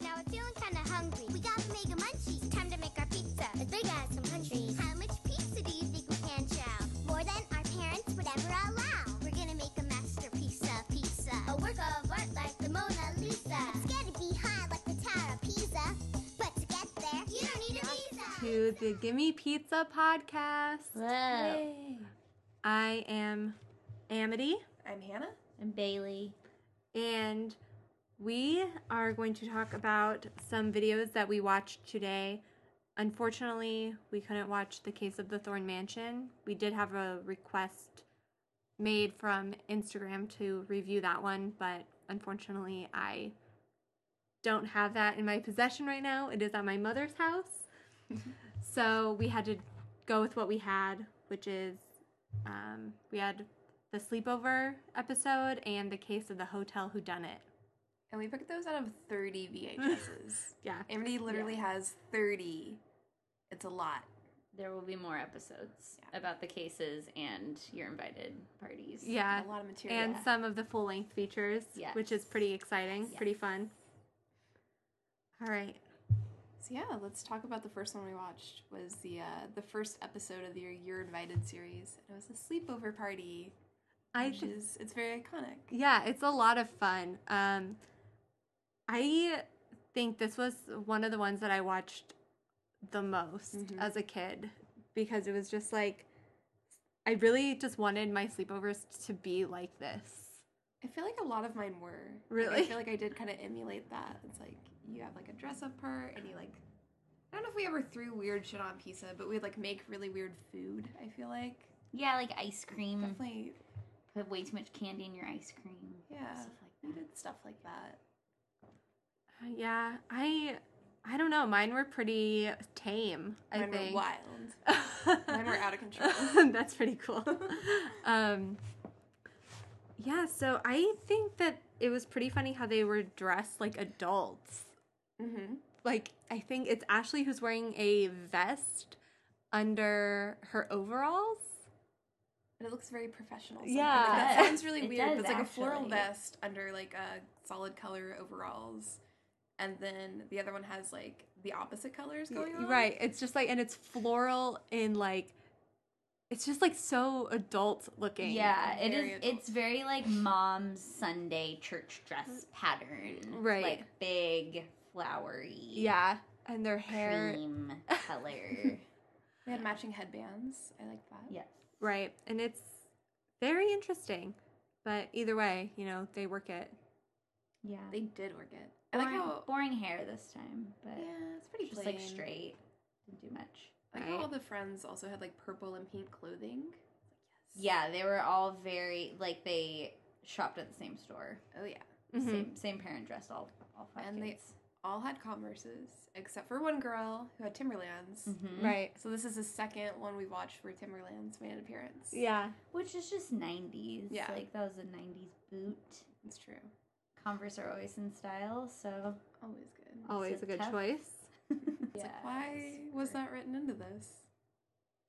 Now we're feeling kinda hungry. We gotta make a munchie. It's time to make our pizza as big as some countries. How much pizza do you think we can chow? More than our parents would ever allow. We're gonna make a masterpiece of pizza. A work of art like the Mona Lisa. It's gonna be high like the Tower of Pisa. But to get there, you don't need a visa. to the Gimme Pizza podcast. Whoa. I am Amity, I'm Hannah. And Bailey. and we are going to talk about some videos that we watched today. Unfortunately, we couldn't watch the case of the Thorn Mansion. We did have a request made from Instagram to review that one, but unfortunately, I don't have that in my possession right now. It is at my mother's house. so we had to go with what we had, which is um, we had the sleepover episode and the case of the hotel who done it. And we picked those out of 30 VHSs. Yeah. Amity literally has 30. It's a lot. There will be more episodes about the cases and your invited parties. Yeah. A lot of material. Uh, And some of the full length features, Yes. which is pretty exciting, Yes. pretty fun. All right. so yeah, let's talk about the first one we watched was the uh, the first episode of the You're Invited series. And it was a sleepover party, I which is it's very iconic. Yeah, it's a lot of fun. Um, I think this was one of the ones that I watched the most as a kid because it was just like I really just wanted my sleepovers to be like this. I feel like a lot of mine were. Like, Really? I feel like I did kind of emulate that. It's like you have like a dress up part and you like I don't know if we ever threw weird shit on pizza, but we'd like make really weird food, I feel like. Yeah, like ice Mm. cream. Definitely Put way too much candy in your ice cream. yeah. Stuff like We that. did stuff like that. Yeah, I I don't know. Mine were pretty tame. I Mine think. were wild. Mine were out of control. That's pretty cool. um, yeah, so I think that it was pretty funny how they were dressed like adults. Mm-hmm. Like, I think it's Ashley who's wearing a vest under her overalls. But it looks very professional. Yeah. somehow. Like, that It sounds really does. It weird. but does, it's like a floral actually. vest under like a solid color overalls, and then the other one has like the opposite colors going on. Right. It's just like, and it's floral in like, it's just like so adult looking. Yeah, it Very is. adult. It's very like mom's Sunday church dress pattern. Right. Like big, flowery. Yeah. And their hair. Cream color. They had matching headbands. I like that. yes. Right. And it's very interesting. But either way, you know, they work it. Yeah. They did work it. I boring, like how. boring hair this time, but Yeah, it's pretty just plain. like straight. Didn't do much. I like how right? all the friends also had like purple and pink clothing. Yeah, they were all very like they shopped at the same store. Oh yeah. Mhm. Same same parent dressed all all five And they- kids. All had Converses except for one girl who had Timberlands. Mhm. Right. So this is the second one we watched where Timberlands made an appearance. Yeah. which is just nineties. Yeah. like that was a nineties boot. it's true. Converse are always in style, so Always good. Always Is a it good tough? choice. It's Yeah, like, why super. was that written into this?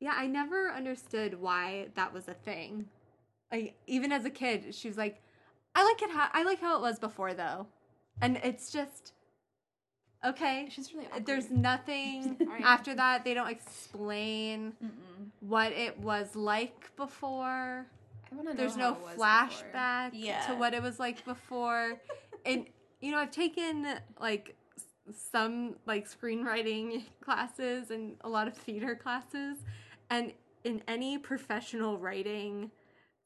Yeah, I never understood why that was a thing. I even as a kid, she was like, "I like it. How, I like how it was before, though," and it's just okay. uh, It's just really awkward. There's nothing Alright. after that. They don't explain Mm-mm. what it was like before. I wanna know There's how no it was flashback to Yeah. what it was like before. and you know, I've taken like s- some like screenwriting classes and a lot of theater classes and in any professional writing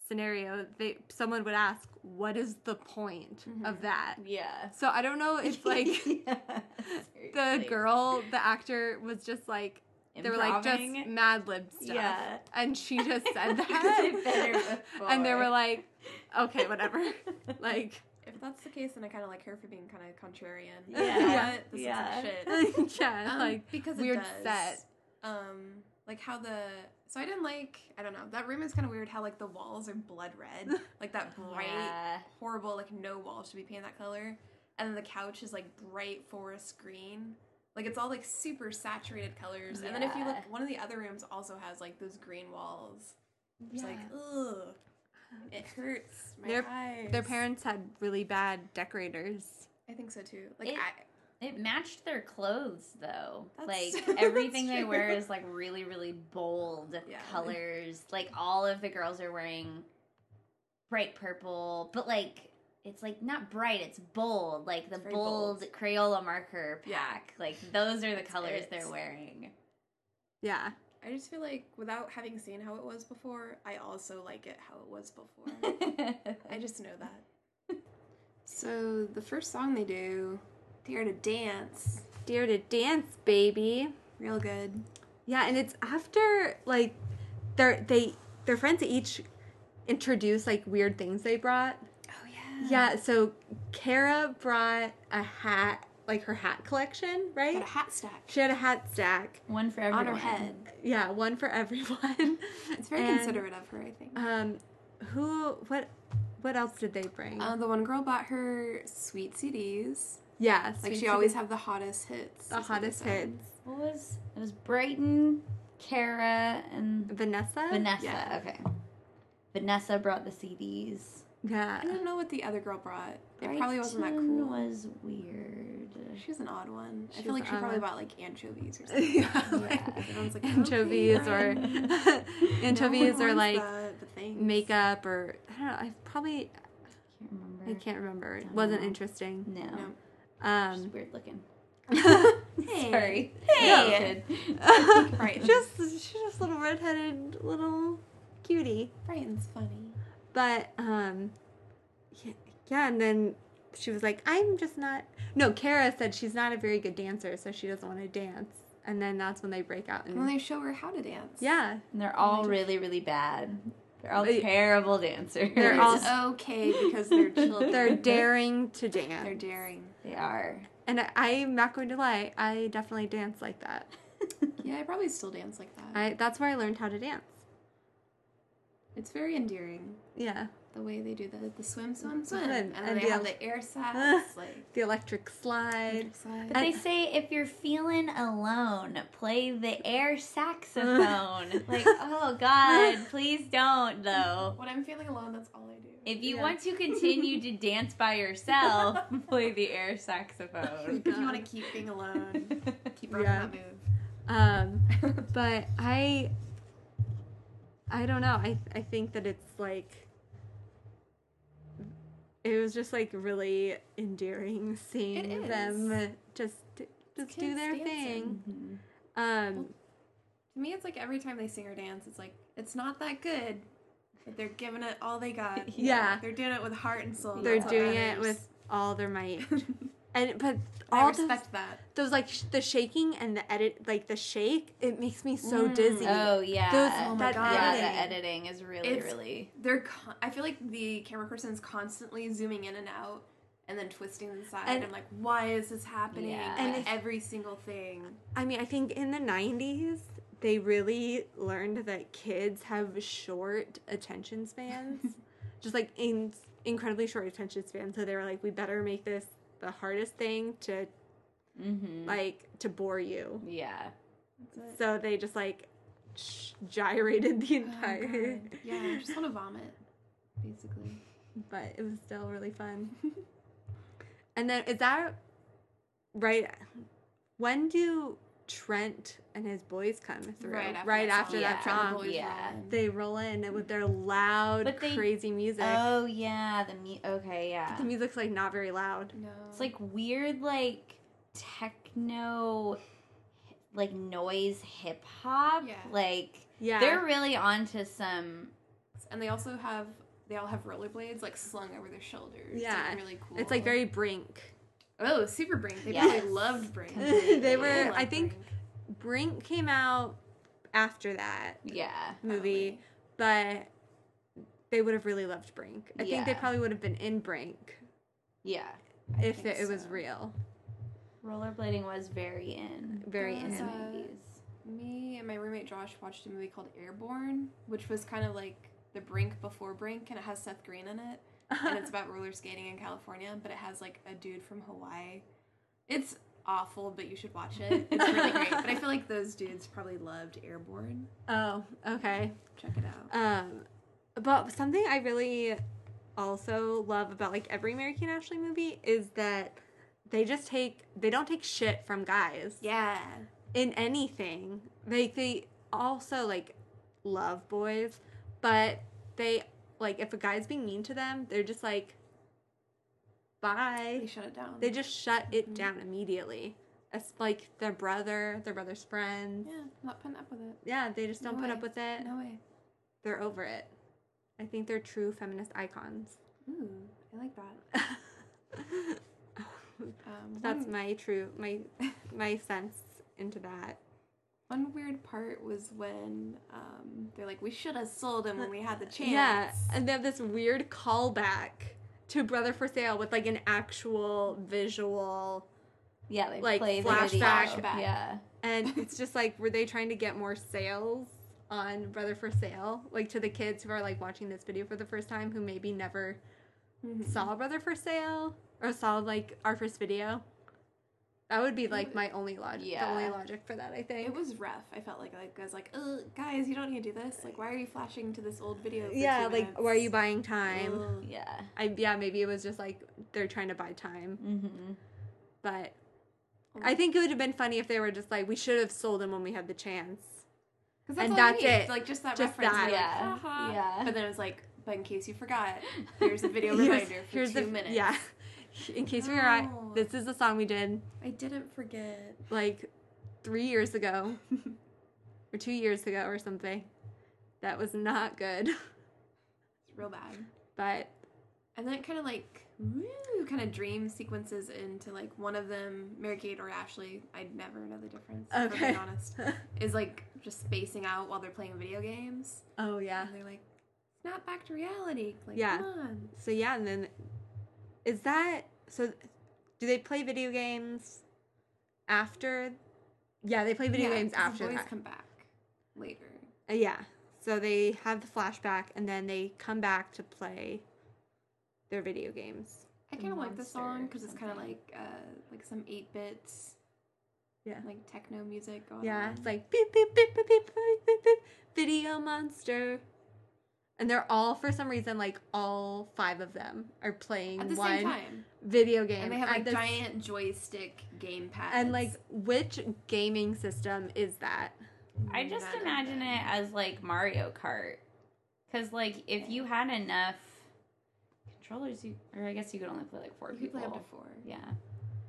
scenario, they someone would ask, "What is the point of that?" yeah. So I don't know if like the Seriously. girl, the actor was just like they were like just Improving. Mad Lib stuff, Yeah. and she just said Did that, better and they were before. like, "Okay, whatever." like, If that's the case, then I kind of like her for being kind of contrarian. Yeah. You know what? This Yeah. is shit. yeah, Um, like because weird it does. set. Um, like how the so I didn't like I don't know that room is kind of weird. How like the walls are blood red, like that bright, Yeah. horrible. Like no wall should be painted that color. And then the couch is like bright forest green. Like it's all like super saturated colors. And then if you look, Yeah. one of the other rooms also has like those green walls. It's like Yeah. ugh, it hurts my Their- eyes. Their parents had really bad decorators. I think so too. Like It- I, It matched their clothes though. That's- like that's everything they true. wear is like really, really bold Yeah. colors. Like all of the girls are wearing bright purple, but like it's like not bright, it's bold. Like the It's very bold, bold. Crayola marker Yeah. pack. Like those are the colors it. they're wearing. Yeah. I just feel like without having seen how it was before, I also like it how it was before. I I just know that. so the first song they do, Dare to Dance, Dare to dance, baby. real good. Yeah, and it's after like their they their friends each introduce like weird things they brought. Oh yeah. Yeah, so Kara brought a hat, like her hat collection, Got right? a hat stack She had a hat stack. one for everyone. on her head. Yeah, one for everyone. It's very And, considerate of her, I think. Um, who? What? What else did they bring? Uh, the one girl bought her sweet CDs. yeah, Like Sweet she always Sixteen- have the hottest hits. the is what they hottest said. hits. What was it was Brighton, Kara, and Vanessa. Vanessa. yeah. Okay. Vanessa brought the CDs. yeah, I don't know what the other girl brought. It Brighton probably wasn't that cool. Was weird. She was an odd one. I She feel was like an she odd probably one. bought like anchovies or something. yeah, Yeah. like Everyone's like, anchovies okay, or Brian. anchovies No or one like wants that, but thanks. makeup or I don't know. I probably Can't remember. I can't remember. It Don't wasn't know. interesting. No. No. She's Um, weird looking. Hey. Sorry. Hey. Brighton. just she's just a little redheaded little cutie. Brighton's funny. But um yeah, yeah, and then she was like, "I'm just not." No, Kara said she's not a very good dancer, so she doesn't want to dance. And then that's when they break out And then and they show her how to dance. Mm. yeah, And they're all really, really bad. They're all They- terrible dancers. They're all- It's okay because they're children. they're daring to dance. They're daring. They are. And I, I'm not going to lie, I definitely dance like that. Yeah, I probably still dance like that. I that's where I learned how to dance. It's very endearing Yeah, the way they do the the swim, swim, swim, Swim, and then and they have yeah. the air sacs like. the electric slide. exercise. But they say if you're feeling alone, play the air saxophone. like, oh God, please don't though. When I'm feeling alone, that's all I do. If you Yeah. want to continue to dance by yourself, play the air saxophone. If you want to keep being alone, keep on Yeah. that Um, move. but I I don't know. I I think that it's like it was just like really endearing seeing It them just just do kids their thing. dancing. Mhm. Um to me, it's like every time they sing or dance, it's like it's not that good, but they're giving it all they got. Yeah. they're doing it with heart and soul. they're That's what doing it matters. with all their might. And but I all those, respect that. those like sh- the shaking and the edit like the shake, it makes me so dizzy. Oh yeah. Those- my that God. yeah, editing. the editing is really, It's- really They're. Con- I feel like the camera person is constantly zooming in and out, and then twisting inside. And- And I'm like, why is this happening? Yeah. And And if- every single thing. I mean, I think in the 90s, they really learned that kids have short attention spans, just like in, incredibly short attention spans. So they were like, we better make this the hardest thing to mm-hmm. like to bore you. Yeah. That's it. So they just like sh- gyrated the Oh, entire, God. yeah, I just want to vomit, basically. but it was still really fun. and then is that right? When do Trent and his boys come through? Right after after that that song. Yeah. song. The boys Yeah. roll in. They roll in with their loud, But they- crazy music. Oh yeah, the mu- okay, yeah. the music's like not very loud. No. It's like weird like techno like noise hip hop. Yeah. Like Yeah, they're really onto some and they also have they all have rollerblades like slung over their shoulders. Yeah. it's like, really cool. it's like very Brink. oh super Brink. They Yes. probably loved Brink. Completely. They were- They I loved think, Oh Brink, Brink came out after that yeah. movie, but they would have really loved Brink. I think they Yeah. probably would have been in Brink Yeah. probably. I if think it, it was so. real, Rollerblading was very in very There in. was in the a- movies. Me and my roommate Josh watched a movie called Airborne, which was kind of like the Brink before Brink, and it has Seth Green in it, and it's about roller skating in California, but it has like a dude from Hawaii. It's awful, but you should watch it. It's really great. But I feel like those dudes probably loved Airborne. oh, okay. Check it out. Um, but something I really also love about like every Mary Kate and Ashley movie is that they just take they don't take shit from guys Yeah. in anything. They they also like love boys, but they like if a guy's being mean to them, they're just like They bye. shut it down. They just shut it down immediately. It's like their brother, their brother's friends. Yeah, not putting up with it. Yeah, they just don't No put way. up with it. No way. They're over it. I think they're true feminist icons. Ooh, I like that. Um, That's one- my true my my sense into that. One weird part was when um, they're like, "We should have sold him when we had the chance." Yeah, and they have this weird callback to Brother for Sale with like an actual visual, Yeah, they Like, play the flashback. video. Flashback. Yeah. and it's just like were they trying to get more sales on Brother for Sale, like to the kids who are like watching this video for the first time who maybe never Mhm. saw Brother for Sale or saw like our first video. That would be like my only logic. The only Yeah. logic for that, I think. Mm, It was rough. I felt like like I was like, "Oh, guys, you don't need to do this. Like, why are you flashing to this old video?" For yeah, two like minutes? why are you buying time? Ugh. Yeah. I yeah, maybe it was just like they're trying to buy time, Mm-hmm. but Oh. I think it would have been funny if they were just like, we should have sold him when we had the chance. 'Cause and all you that's need. it. It's Like just that Just reference. that. you're like, Yeah. "Haha." Yeah. But then it was like, "But in case you forgot, here's a video Here's- reminder for here's two the- minutes." Oh. Yeah. In case we were at, No. this is the song we did I didn't forget. like three years ago or two years ago or something. That was not good, It's real bad. but And then it kind of like woo, kind of dream sequences into like one of them, Mary Kate or Ashley. I never know the difference. if I'm Okay. being honest, is like just spacing out while they're playing video games. oh yeah. And they're like, snap back to reality. Like, Yeah. come on. So yeah, and then is that so? Do they play video games after? Yeah, they play video Yeah, games 'cause the after boys that. come back later. Uh, yeah. So they have the flashback and then they come back to play their video games. I The kind of like this monster or song because it's kind of something. like uh like some eight bits. Yeah. Like techno music going Yeah, on. it's like beep beep beep beep beep beep beep beep video monster. And they're all for some reason like all five of them are playing at the one same time, video game. and they have at like the s- giant joystick game pads. and like which gaming system is that? I just None of imagine them. it as like Mario Kart. Because, like, if you had enough controllers, you, or I guess you could only play like four You could people. play up to four. Yeah.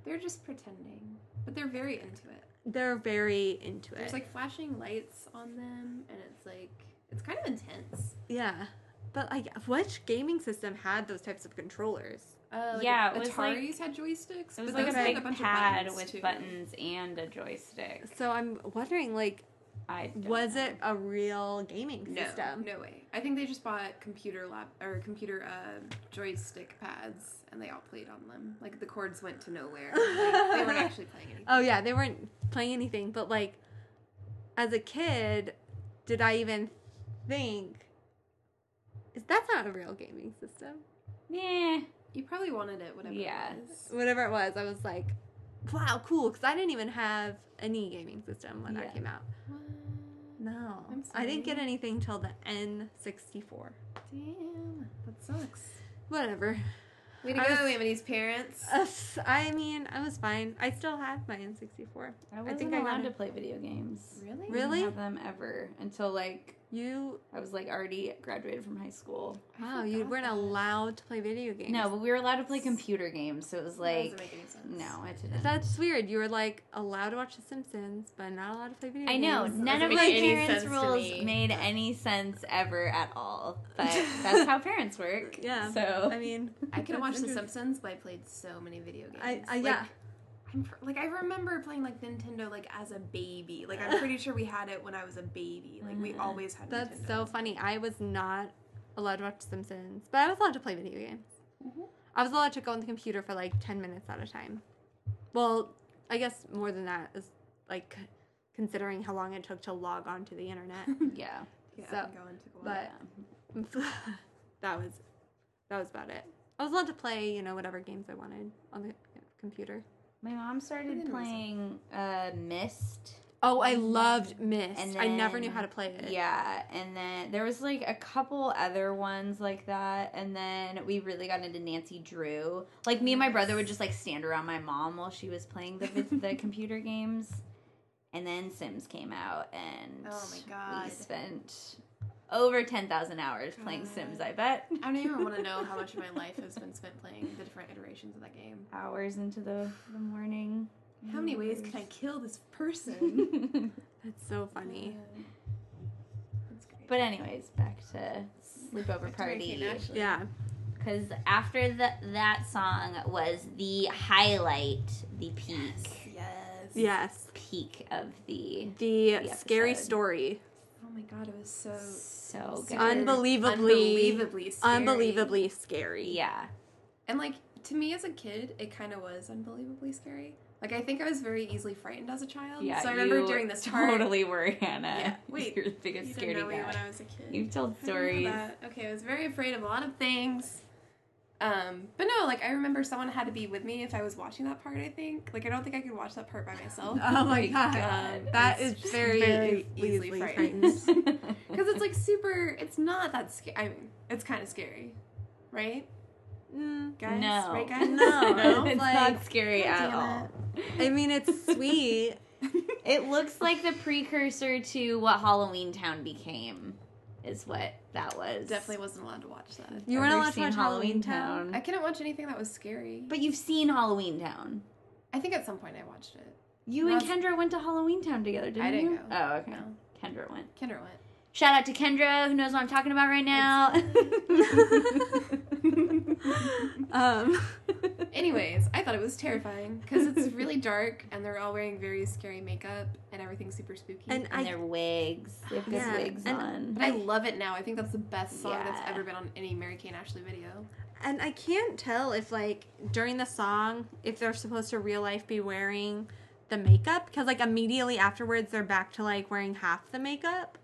They're just pretending, but they're very into it. They're very into it. There's like flashing lights on them, and it's like it's kind of intense. yeah. But like which gaming system had those types of controllers? Uh, like Yeah, it was Atari's had joysticks. It was but like those a had had big pad buttons, with too. buttons and a joystick. So I'm wondering like I don't was know. it a real gaming No, system? no way. I think they just bought computer lap or computer uh, joystick pads, and they all played on them. Like the cords went to nowhere. Like, they weren't actually playing anything. Oh yeah, they weren't playing anything, but like as a kid, did I even think is that's not a real gaming system? Nah. You probably wanted it, whatever. Yeah. It was. Whatever it was, I was like, wow, cool, because I didn't even have any gaming system when Yeah. that came out. What? No, I'm I didn't get sorry. anything till the N64. Damn, that sucks. Whatever. Way to I go, was- Amity's parents. Ugh, Uh, I mean, I was fine. I still have my N64. I wasn't think I got allowed it. to play video games. really? I didn't Really? have them ever until like You, I was like already graduated from high school. I wow, you forgot weren't that. allowed to play video games. No, but we were allowed to play computer games, so it was That like doesn't make any sense. no, it didn't. That's weird. You were like allowed to watch The Simpsons, but not allowed to play video I games. know doesn't none of make my any parents' sense to rules me. made any sense ever at all, but that's how parents work. Yeah. So I mean, I could that's have watched The interesting. Simpsons, but I played so many video games. I, I Like, yeah. I'm, pr- like I remember playing like Nintendo like as a baby. Like I'm pretty sure we had it when I was a baby. Like we Mhm. always had. Mm. That's Nintendo. so funny. I was not allowed to watch The Simpsons, but I was allowed to play video games. Mhm. I was allowed to go on the computer for like 10 minutes at a time. Well, I guess more than that is like c- considering how long it took to log on to the internet. yeah, Yeah, so- I'm going to go but- yeah. that was that was about it. I was allowed to play, you know, whatever games I wanted on the computer. My mom started didn't reason. playing uh, Mist Oh, I loved Miss. And I never knew then- how to play it. Yeah, and then there was like a couple other ones like that, and then we really got into Nancy Drew. Like me and my brother would just like stand around my mom while she was playing the vid- the computer games, and then Sims came out, and Oh my we God. spent over ten thousand hours playing God. Sims. I bet I don't even want to know how much of my life has been spent playing the different iterations of that game. hours into the the morning. How many ways can I Mm. kill this person? That's so funny. That's great. but anyways, back to sleepover Back to my party. Kate and Ashley. Yeah. Because after the, that song was the highlight, the peak, Yes. Yes. peak of the The, The scary episode. story. Oh my god, it was so so good. scary. Unbelievably- unbelievably, scary. Unbelievably scary. Yeah, And like to me as a kid, it kind of was unbelievably scary. Like I think I was very easily frightened as a child. yeah. Um, So I remember you during this part. totally were Hannah. Yeah, wait, you're the You biggest didn't scaredy know me when cat. I was a kid. You've told I remember stories. that. Okay, I was very afraid of a lot of things. Um, but no, like I remember someone had to be with me if I was watching that part. I think like I don't think I could watch that part by myself. Oh my god. God. That is It's just very, very easily, easily frightened. Because it's like super. It's not that scary. I mean, it's kind of scary, right, Mm. guys? no, right, guys? No. no. it's Like, not scary at damn all. I mean, it's sweet. It looks like the precursor to what Halloween Town became, is what that was. Definitely wasn't allowed to watch that. You weren't Ever allowed to seen watch Halloween Town. I couldn't watch anything that was scary. But you've seen Halloween Town. I think at some point I watched it. You Not- and Kendra went to Halloween Town together, didn't I didn't you? go. Oh, okay. No. Kendra went. Kendra went. Shout out to Kendra, who knows what I'm talking about right now. um, Anyways, I thought it was terrifying because it's really dark and they're all wearing very scary makeup and everything's super spooky. and and I, their wigs. They have good Yeah, wigs and- on. but I love it now. I think that's the best song that's Yeah. ever been on any Mary Kay and Ashley video. and I can't tell if like during the song if they're supposed to real life be wearing the makeup because like immediately afterwards they're back to like wearing half the makeup.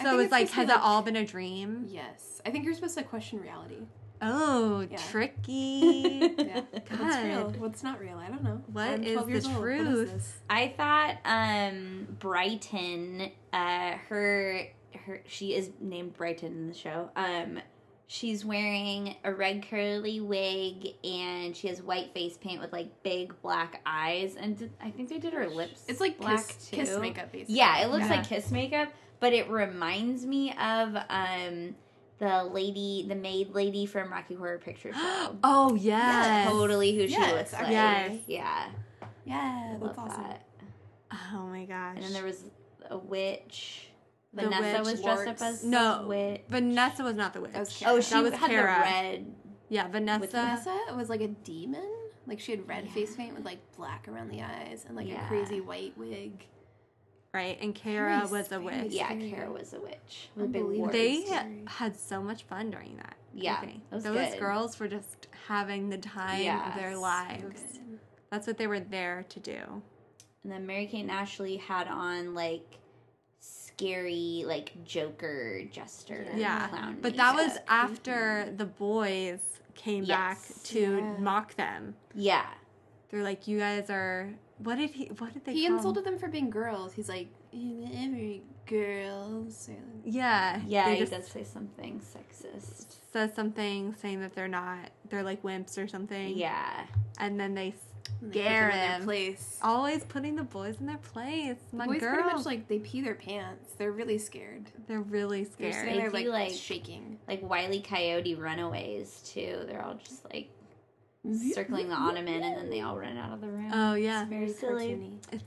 I So think it's, it's like supposed to has be, it like- all been a dream? Yes, I think you're supposed to question reality. Oh, Yeah. tricky. Yeah, what's real? God. What's not real? I don't know. What I'm is 12 years the old. What is truth? this? I thought um Brighton, uh her her she is named Brighton in the show. Um she's wearing a red curly wig and she has white face paint with like big black eyes and did, I think they did her lips. It's like black kiss, kiss too. makeup, basically. Yeah, it looks Yeah. like kiss makeup, but it reminds me of um the lady, the maid lady from Rocky Horror Picture Show. oh yes. Totally who she Yes, looks like. actually. Yes. Yeah. I yeah, love that's awesome. that. Oh my gosh. And then there was a witch. The Vanessa witch, was dressed Lords. up as No. a witch. Vanessa was not the witch. That was Oh, Kara. she That was had Kara. the red. yeah, Vanessa. Vanessa was like a demon. Like she had red Yeah. face paint with like black around the eyes and like Yeah. a crazy white wig. Right, and Kara Very was a scary. witch. Yeah, Scary. Kara was a witch. With big Unbelievable. warts. They Scary. had so much fun during that. Yeah, grouping. that was Those good. girls were just having the time of their Yes. So lives. good. That's what they were there to do. and then Mary Kate and Ashley had on like scary like Joker jester. Yeah, clown But that was makeup. after the boys came Yes. back to Mm-hmm. Yeah. mock them. yeah. They're like, "You guys are what did he? What did they?" He call 'em? insulted them for being girls. He's like, every girls. or- Yeah, Yeah, They he just does say something sexist. says something saying that they're not. They're like wimps or something. Yeah. and then they s- and they put them in their Gareth. place. Oh, always putting the boys in their place. My Boys girl, pretty much like they pee their pants. They're really scared. they're really They're scared. sitting there They like, do, like- shaking, Like Wiley Coyote runaways too. They're all just like circling the ottoman and then they all run out of the room. Oh yeah, It's very silly. cartoony.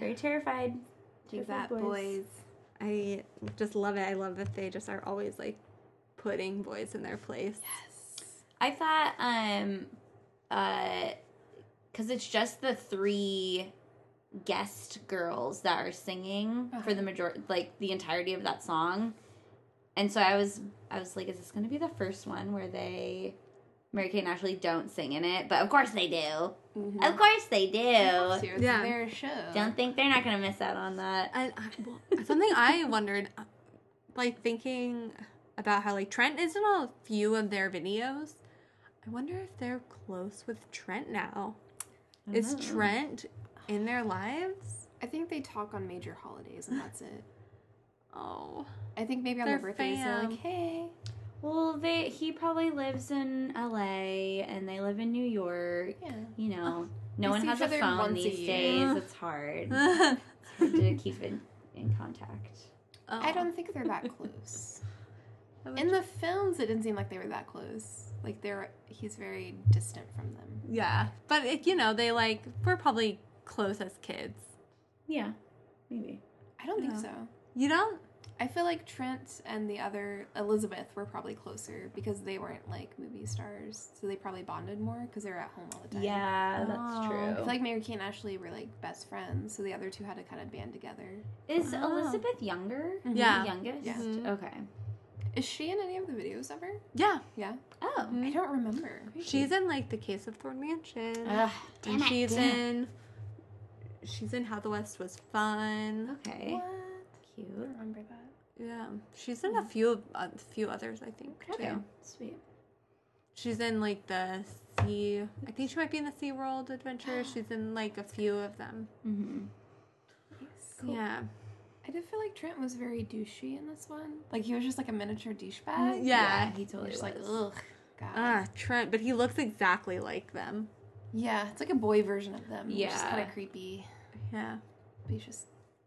Very terrified. Take that, boys. I just love it. I love that they just are always like putting boys in their place. I thought um uh cuz it's just the 3 guest girls that are singing for the major like the entirety of that song. And so I was I was like is this going to be the first one where they Mary Kate and Ashley don't sing in it, but of course they do. Mhm. Of course they do. It's Yeah. their show. Don't think they're not going to miss out on that. And I, well, something I wondered, like thinking about how like Trent is in a few of their videos. I wonder if they're close with Trent now. Is Oh. Trent in their lives? I think they talk on major holidays and that's it. Oh. I think maybe on They're their birthdays they're fam. like, hey, Well, they he probably lives in L.A. and they live in New York. yeah. You know, They no one see has each a other phone once a these year. days. Ugh. It's hard. It's Oh. hard to keep in, in contact. I don't think they're that close. Oh, That would- In the films, it didn't seem like they were that close. Like they're he's very distant from them. yeah, but it, you know they like we're probably close as kids. Yeah, maybe. I don't think Yeah. so. You don't? I feel like Trent and the other Elizabeth were probably closer because they weren't like movie stars, so they probably bonded more because they were at home all the time. Yeah, Oh. that's I true. feel like Mary Kay and Ashley were like best friends, so the other two had to kind of band together. Is Oh. Elizabeth younger? Mhm. Yeah. The youngest. Mm-hmm. Yeah. Mhm. Okay. Is she in any of the videos ever? Yeah, Yeah, Oh. I don't remember. she's in like the case of Thorn Mansion. Ugh, and damn it. she's Damn it. in. She's in How the West Was Fun. okay. What? I Eh. Cute. don't remember that. Yeah, she's in a few a few others I think too. Mm-hmm. Okay. Sweet. She's in like the sea. I think she might be in the Sea World Adventure. She's in like a few of them. Mm-hmm. Nice. Yeah, I did feel like Trent was very douchey in this one. Like he was just like a miniature yeah. douchebag. Uh, he You're totally was. just like ugh, God. Ah, Trent, but he looks exactly like them. Yeah, it's like a boy version of them. Yeah, just Yeah. kind of creepy. Yeah. But he's just,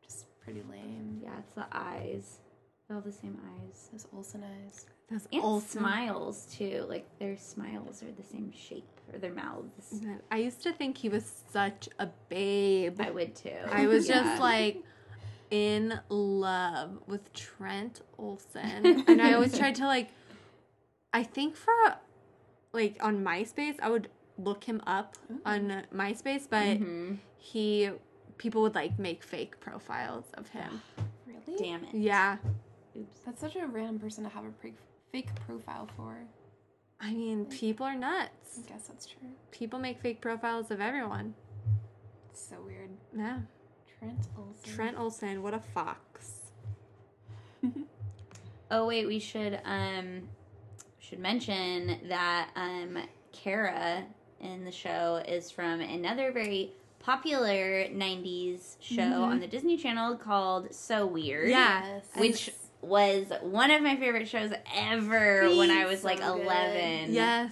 just pretty lame. Yeah, it's the eyes. They all the same eyes. Those Olsen eyes. Those And old smiles too. Like their smiles are the same shape or their mouths. smiles. I used to think he was such a babe. I would too. I was Yeah. just like in love with Trent Olsen. and I always tried to like I think for like on MySpace, I would look him up on MySpace, but Mhm. he people would like make fake profiles of him. Really? Damn it. Yeah. Oops. That's such a random person to have a pre- fake profile for. I mean, people are nuts. I guess that's true. People make fake profiles of everyone. It's so weird. Yeah. Trent Olsen. Trent Olsen, what a fox. Oh wait, we should um should mention that um Kara in the show is from another very popular 90s show on the Disney Channel called So Weird. Mm-hmm. Yeah. Yes. Which was one of my favorite shows ever when I was So like good. 11. Yes.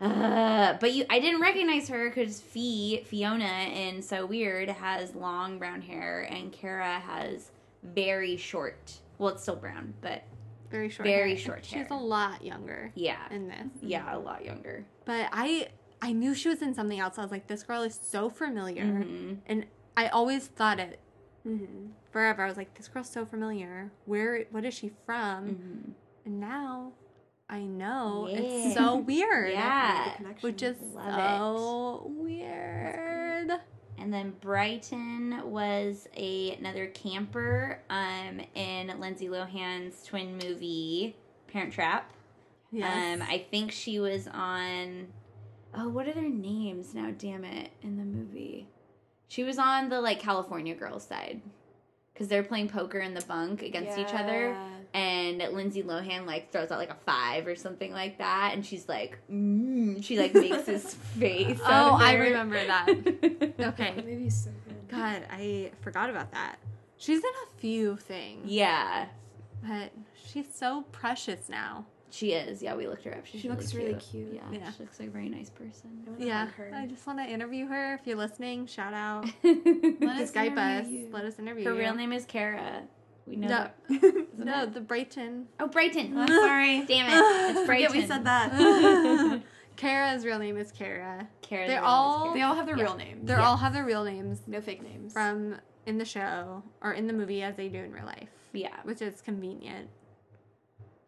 Uh, but you, I didn't recognize her because Fee, Fiona in So Weird has long brown hair and Kara has very short. Well, it's still brown, but Very short. Very hair. short She's a hair. lot younger yeah, in this. yeah, a lot younger. But I I knew she was in something else. I was like, this girl is so familiar. Mhm. And I always thought it Mm-hmm. forever. I was like, this girl's so familiar. Where what is she from? Mhm. And now I know. Yeah. It's so weird. Yeah, Which is Love Um, so weird. and then Brighton was a another camper um in Lindsay Lohan's twin movie Parent Trap. Yes. Um, I think she was on. Oh, what are their names now? Damn it! In the movie, she was on the like California girls side because they're playing poker in the bunk against each other, and Lindsay Lohan like throws out like a five or something like that, and she's like, mm, she like makes his face. Oh, out of I her. remember that. okay. Maybe he's so good. God, I forgot about that. She's in a few things. yeah, But she's so precious now. she is. Yeah, we looked her up. She's She looks really cute. Yeah, Yeah. she looks like a very nice person. I wanna Yeah. hug her. I just want to interview her. If you're listening, shout out. Let us Skype us. interview you. Let us interview her you. real name is Kara. We know. No, that, isn't no, it? the Brighton. Oh, Brighton. I'm sorry. Damn it. It's Forget Brighton. we said that. Kara's real name is Kara. Kara They're Zimmerman is all- Kara. they all have their Yeah. real names. They are all have their real names no fake names. from in the show or in the movie as they do in real life, Yeah. which is convenient.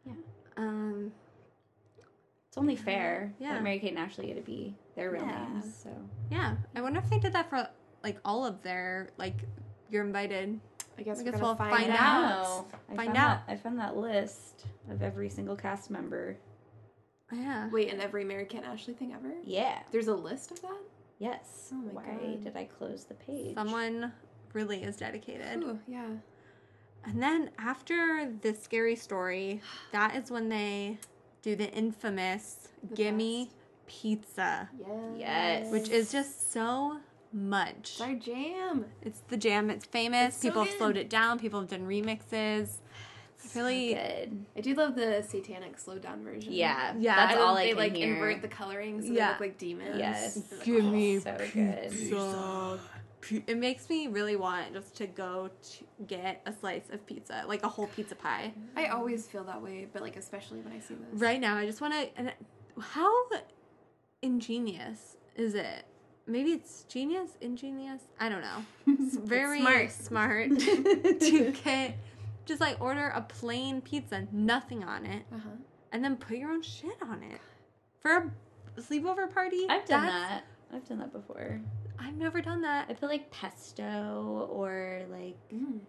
Yeah. Um. It's only fair Yeah. that Mary Kate and Ashley get to be their real Yeah. names. So Yeah. I wonder if they did that for like all of their like. You're invited. I I guess, we're guess gonna we'll find, find out. out. I Find found out. That, I found that list of every single cast member. Yeah. Wait, in every Mary Kate and Ashley thing ever? Yeah. There's a list of that? Yes. Oh my Why God. did I close the page? Someone really is dedicated. Ooh, yeah. And then after this scary story, that is when they do the infamous The gimme pizza, Yes. Yes. which is just so much. It's our jam. It's the jam. It's famous. It's so people have good. slowed it down. People have done remixes. It's really, good. I do love the satanic slow down version. Yeah, Yeah, That's I all love I they can like hear. invert the coloring so Yeah. they look like demons. Yes. It's like, give me so good. pizza. Pi- It makes me really want just to go to get a slice of pizza, like a whole pizza pie. I always feel that way, but like especially when I see this. Right now, I just want to. And how ingenious is it? Maybe it's genius, ingenious. I don't know. It's very smart. smart Uh-huh. to get just like order a plain pizza, nothing on it. Uh huh. and then put your own shit on it for a sleepover party. I've done That's- that. I've done that before. I've never done that. I put like pesto or like Mm.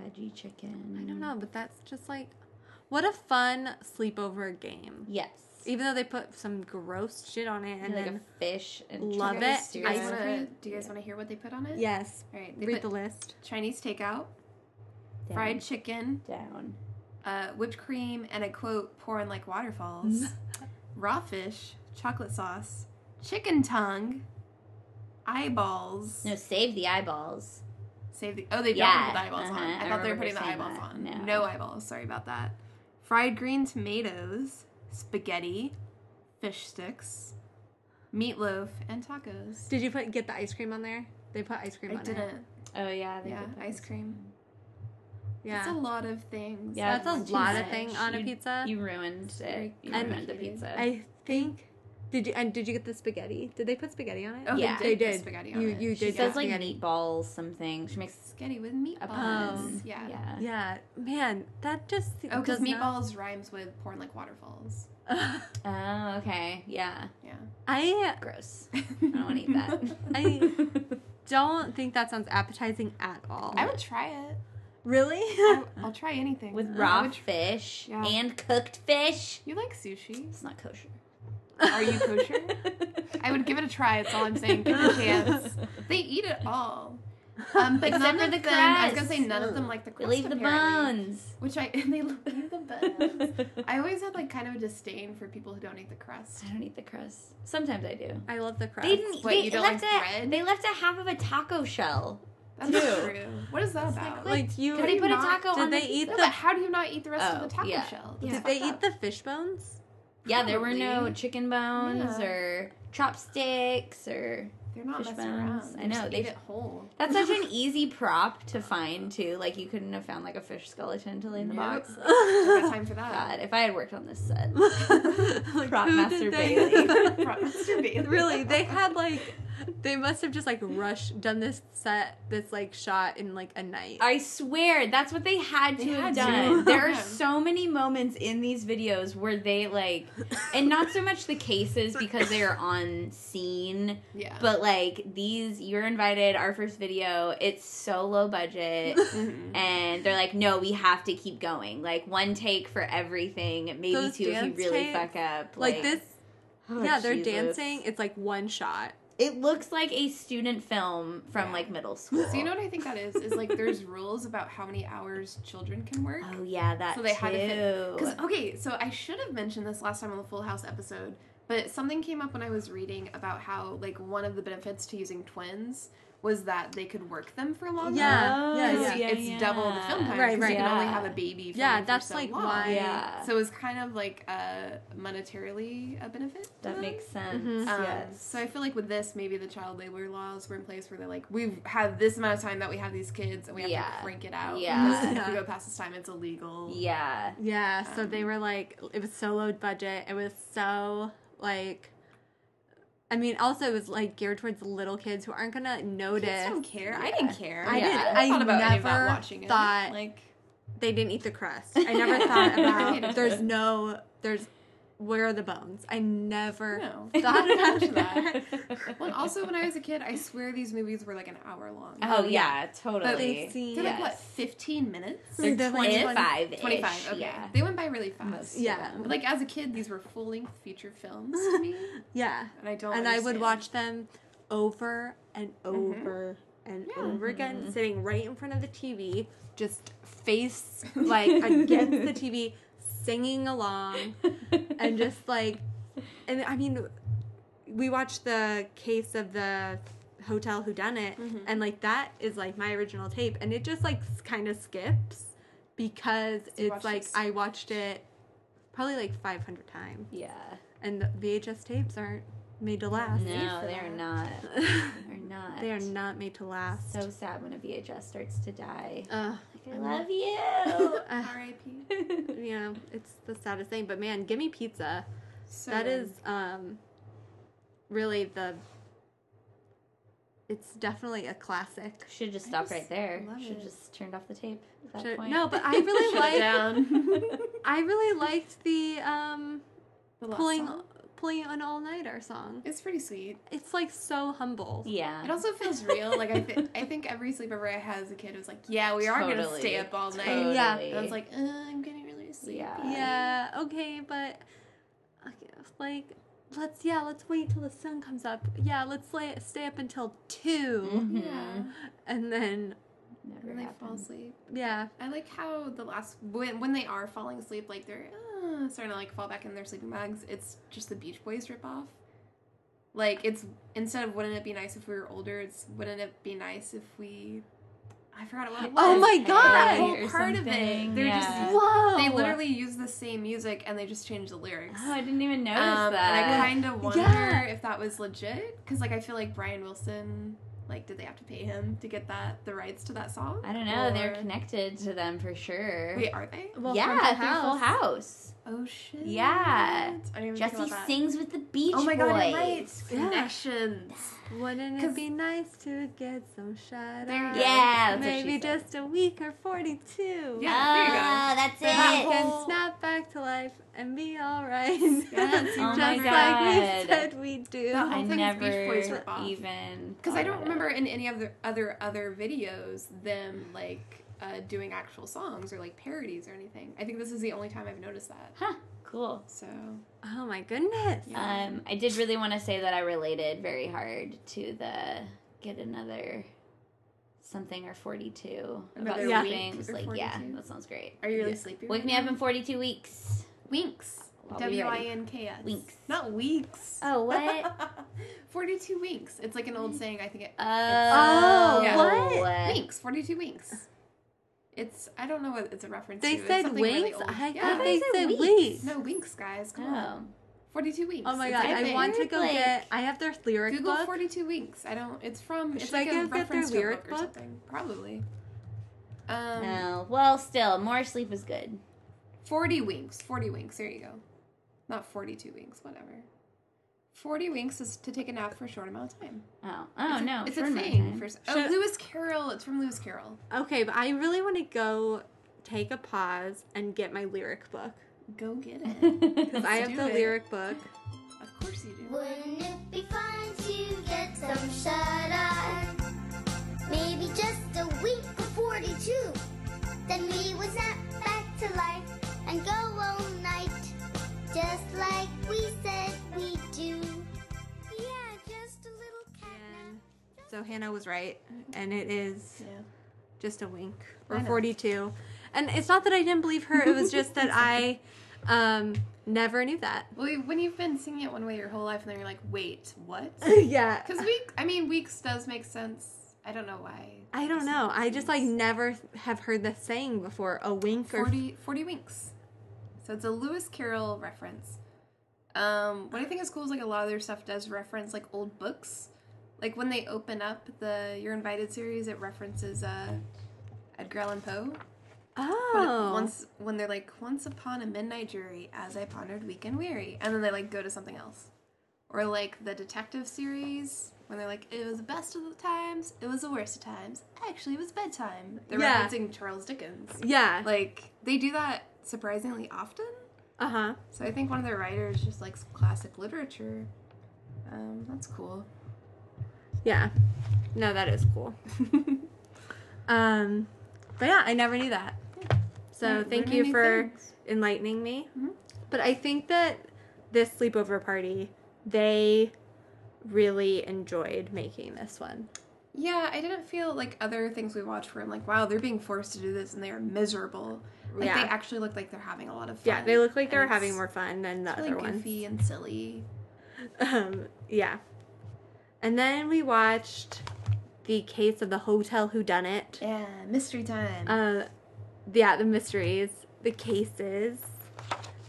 veggie chicken. I don't know, but that's just like what a fun sleepover game. Yes. Even though they put some gross shit on it, and like then a fish and Love chicken it. Do you guys Ice wanna- cream. Do you guys want to hear what they put on it? yes, All right. They read put the list. Chinese takeout, down, fried chicken, down. uh, whipped cream, and I quote pouring like waterfalls, raw fish, chocolate sauce, chicken tongue, eyeballs. No, save the eyeballs. Save the oh they don't Yeah, put the eyeballs on. uh-huh, I I thought they remember were putting the saying eyeballs that. on. No. No. eyeballs. Sorry about that. Fried green tomatoes, spaghetti, fish sticks, meatloaf, and tacos. Did you put get the ice cream on there? They put ice cream I on didn't. it. Oh yeah, they Yeah, did that. ice cream. That's Yeah, a lot of things. Yeah, that's a too lot of much. thing on a You- pizza. You ruined it. You And- ruined the pizza. I think. Did you and did you get the spaghetti? Did they put spaghetti on it? Oh, Yeah. yeah, They they did. put did. Spaghetti on You it. you she did. says get like spaghetti. meatballs something. She makes spaghetti with a meatballs. pun. yeah. yeah. Yeah, man, that just Oh, does because not- meatballs rhymes with porn like waterfalls. Oh, okay. Yeah. Yeah. I Gross. I I don't want to eat that. I- don't think that sounds appetizing at all. would try it. I Really? w- I'll try anything. With I raw would tr- fish yeah. and cooked fish. you like sushi? It's not kosher. Are you kosher? I would give it a try. That's all I'm saying. Give it a chance. They eat it all. Um, but Except none for of the them. I was gonna say crust. none of them Ugh. like the They crust. leave the apparently, bones. Which I and they leave the bones. I always had like kind of a disdain for people who don't eat the crust. I um, don't eat the crust. Sometimes I do. I love the crust. They didn't. What, they you don't left like a, bread? They left a half of a taco shell. That's Ew. true. What is that about? like you. How But do they you put not- a taco did on. they the, eat No, the? but how do you not eat the rest Oh, of the taco yeah. shell? Yeah. Did they eat the fish bones? Yeah, there were no Probably. chicken bones Yeah. or chopsticks or. They're not fish messing bones? around. I know, Just they eat sh- it whole. That's such an easy prop to find too. Like you couldn't have found like a fish skeleton to lay in the Nope. box. Don't got time for that. God, if I had worked on this set, Like, Prop who Master did they- Bailey. Prop Master Bailey. really, they had like. They must have just like rushed done this set this like shot in like a night. I swear that's what they had to They have had to. done. There are Yeah. so many moments in these videos where they like, and not so much the cases because they are on scene, Yeah. but like these, you're invited. Our first video, it's so low budget. Mm-hmm. Mhm. and they're like, no, we have to keep going. Like one take for everything, maybe Those two if you dance really takes, fuck up. like, this, oh, yeah, they're Jesus. dancing. It's like one shot. It looks like a student film from Yeah. like middle school. So you know what I think that is? Is like there's rules about how many hours children can work. Oh yeah, that. So they had to fit- Oh. oh, too. Because okay, so I should have mentioned this last time on the Full House episode, but something came up when I was reading about how like one of the benefits to using twins was that they could work them for longer. Yeah, Oh, yeah, Because yeah. it's double the film time. Right, Right, right. You can only right. have a baby. For Yeah, for that's so like long. why- Yeah, So it was kind of like uh, monetarily a benefit. to that them. makes sense. Mhm. Um, yes. So I feel like with this, maybe the child labor laws were in place where they're like, we have this amount of time that we have these kids, and we have Yeah. to crank it out. Yeah. because If we Yeah. go past this time, it's illegal. yeah. Yeah, so they Um, were like, it was so low budget. It was so like, I mean, also it was like geared towards little kids who aren't gonna notice. Kids don't care. I Yeah. didn't care. I Yeah. didn't. I I, thought about any of that never watching it. thought Like, they didn't eat the crust. I never thought about there's no there's where are the bones. I never no. thought about that. that. Well, and also when I was a kid, I swear these movies were like an hour long. Oh yeah, totally. They see- They're like what, yes. fifteen minutes? They're They're like 20 25 -ish, Twenty-five. Okay, Yeah. they went by really fast. Most Yeah. of them. But like as a kid, these were full-length feature films to me, Yeah, and I don't. and I would understand. Mm-hmm. watch them over and over and Yeah. Mm-hmm. over again, sitting right in front of the TV, just face like against the TV, singing along. and just like and i mean we watched the case of the hotel who done it Mm-hmm. Mhm. and like that is like my original tape and it just like kind of skips because you it's watched like it so i watched it probably like 500 times Yeah. and the vhs tapes aren't made to last No, for they are that. not. They're not. they are not made to last So sad when a VHS starts to die. Ugh. Like, I love you. Ugh. R.I.P. yeah it's the saddest thing but man gimme pizza So that good. is um really the it's definitely a classic Should have just I stopped just right there. love Should it. have just turned off the tape at that Should- point. no, but I really Shut it like- down. i really liked the um The last pulling song. pulling an all-nighter song It's pretty sweet. it's like so humble Yeah. It also feels real. Like I, th- I think every sleepover I had as a kid was like, yeah, we are gonna Totally. stay up all night. Totally. Yeah. And I was like, uh, I'm getting really sleepy. Yeah. yeah okay but okay, like let's yeah let's wait till the sun comes up yeah let's lay, stay up until 2 Yeah. Mhm. and then And Never then they fall happened. asleep. yeah I like how the last when, when they are falling asleep, like they're uh, starting to like fall back in their sleeping bags. It's just the Beach Boys ripoff. Like it's instead of wouldn't it be nice if we were older, it's wouldn't it be nice if we. I forgot what it was. Oh my That God! whole Or part of it. something, They're yeah. just whoa they literally use the same music and they just change the lyrics. Oh, I didn't even notice Um, and that. I kind of wonder Yeah. if that was legit because, like, I feel like Brian Wilson, like, did they have to pay him to get that the rights to that song? I don't know. They're Or- connected to them for sure. Wait, are they? well, yeah, from Full through Full House. Oh shit! Yeah. I didn't even think Jesse about that. sings with the Beach Oh my god! Boys. You're right. Yeah. Connections. Wouldn't it 'Cause- be nice to get some shut There eye? you go. Yeah, that's what Maybe she said. just a week or 42. Yeah. there you go. Ah, that's Then I it. whole- can snap back to life and be alright. Yes, oh just my like we God. said we do. That I whole thing is Beach never Boys ripoff. even Because thought I don't about remember it. in any of the other other videos them like uh, doing actual songs or like parodies or anything. I think this is the only time I've noticed that. Huh? Cool. So Oh my goodness. Yeah. Um, I did really want to say that I related very hard to the get another something or forty two about Another Yeah. sleeping. week It's or like, yeah, 42? that sounds great. are you really Yeah. sleepy? Wake right me now? up in forty two weeks. Winks. I'll be W ready. I N K S. Winks. Not weeks. Oh what? 42 winks. It's like an Mm-hmm. old saying, I think it. Oh, Yeah. what? Winks. 42 winks. It's, I don't know what it's a reference They to. It's said something wings? really old. I yeah. thought they They said said weeks. weeks. No, winks, guys. Come on. Oh. 42 winks. Oh my It's god, a I thing. want to go Like- get. I have their lyric Google book. 42 winks. I don't, it's from, it's Should like I go a get their reference to a lyric book, book? or something. Probably. Um, No. Well, still, more sleep is good. 40 winks. 40 winks. There you go. Not 42 winks, whatever. 40 winks is to take a nap for a short amount of time. Oh. Oh it's a, no. It's sure a not thing. mine. For, s- oh, Should- Lewis Carroll. It's from Lewis Carroll. Okay, but I really want to go take a pause and get my lyric book. Go get it. Because I Let's have do the it. lyric book. of course you do. Wouldn't it be fun to get some shut eye? Maybe just a week before 42. Then we would snap back to life and go all night. Just like we said we do. Yeah, just a little cat nap. And so Hannah was right, and it is Yeah. just a wink or I know. 42 and it's not that i didn't believe her it was just that i um never knew that Well, you- when you've been singing it one way your whole life, and then you're like, wait, what? yeah Because week, I mean, weeks does make sense. I don't know why. i don't know i just like never have heard the saying before a wink or 40, 40 winks. So it's a Lewis Carroll reference. Um, what I think is cool is like a lot of their stuff does reference like old books. Like when they open up the You're Invited series, it references uh, Edgar Allan Poe. But oh once when they're like once upon a midnight jury as i pondered weak and weary and then they like go to something else or like the detective series when they're like it was the best of the times it was the worst of times actually it was bedtime they're Yeah. referencing charles dickens yeah like they do that surprisingly often uh-huh so i think one of their writers just likes classic literature um, that's cool yeah no that is cool um but yeah i never knew that so Learn- thank learning you new for things. enlightening me. Mhm. But I think that this sleepover party, they really enjoyed making this one. Yeah, I didn't feel like other things we watched were like, wow, they're being forced to do this and they are miserable. Like Yeah. they actually look like they're having a lot of fun. Yeah, they look like they and were having it's more fun than the really other ones. goofy and silly. Um, yeah. And then we watched the case of the Hotel Whodunit. Yeah, mystery time. Uh, yeah, the mysteries, the cases,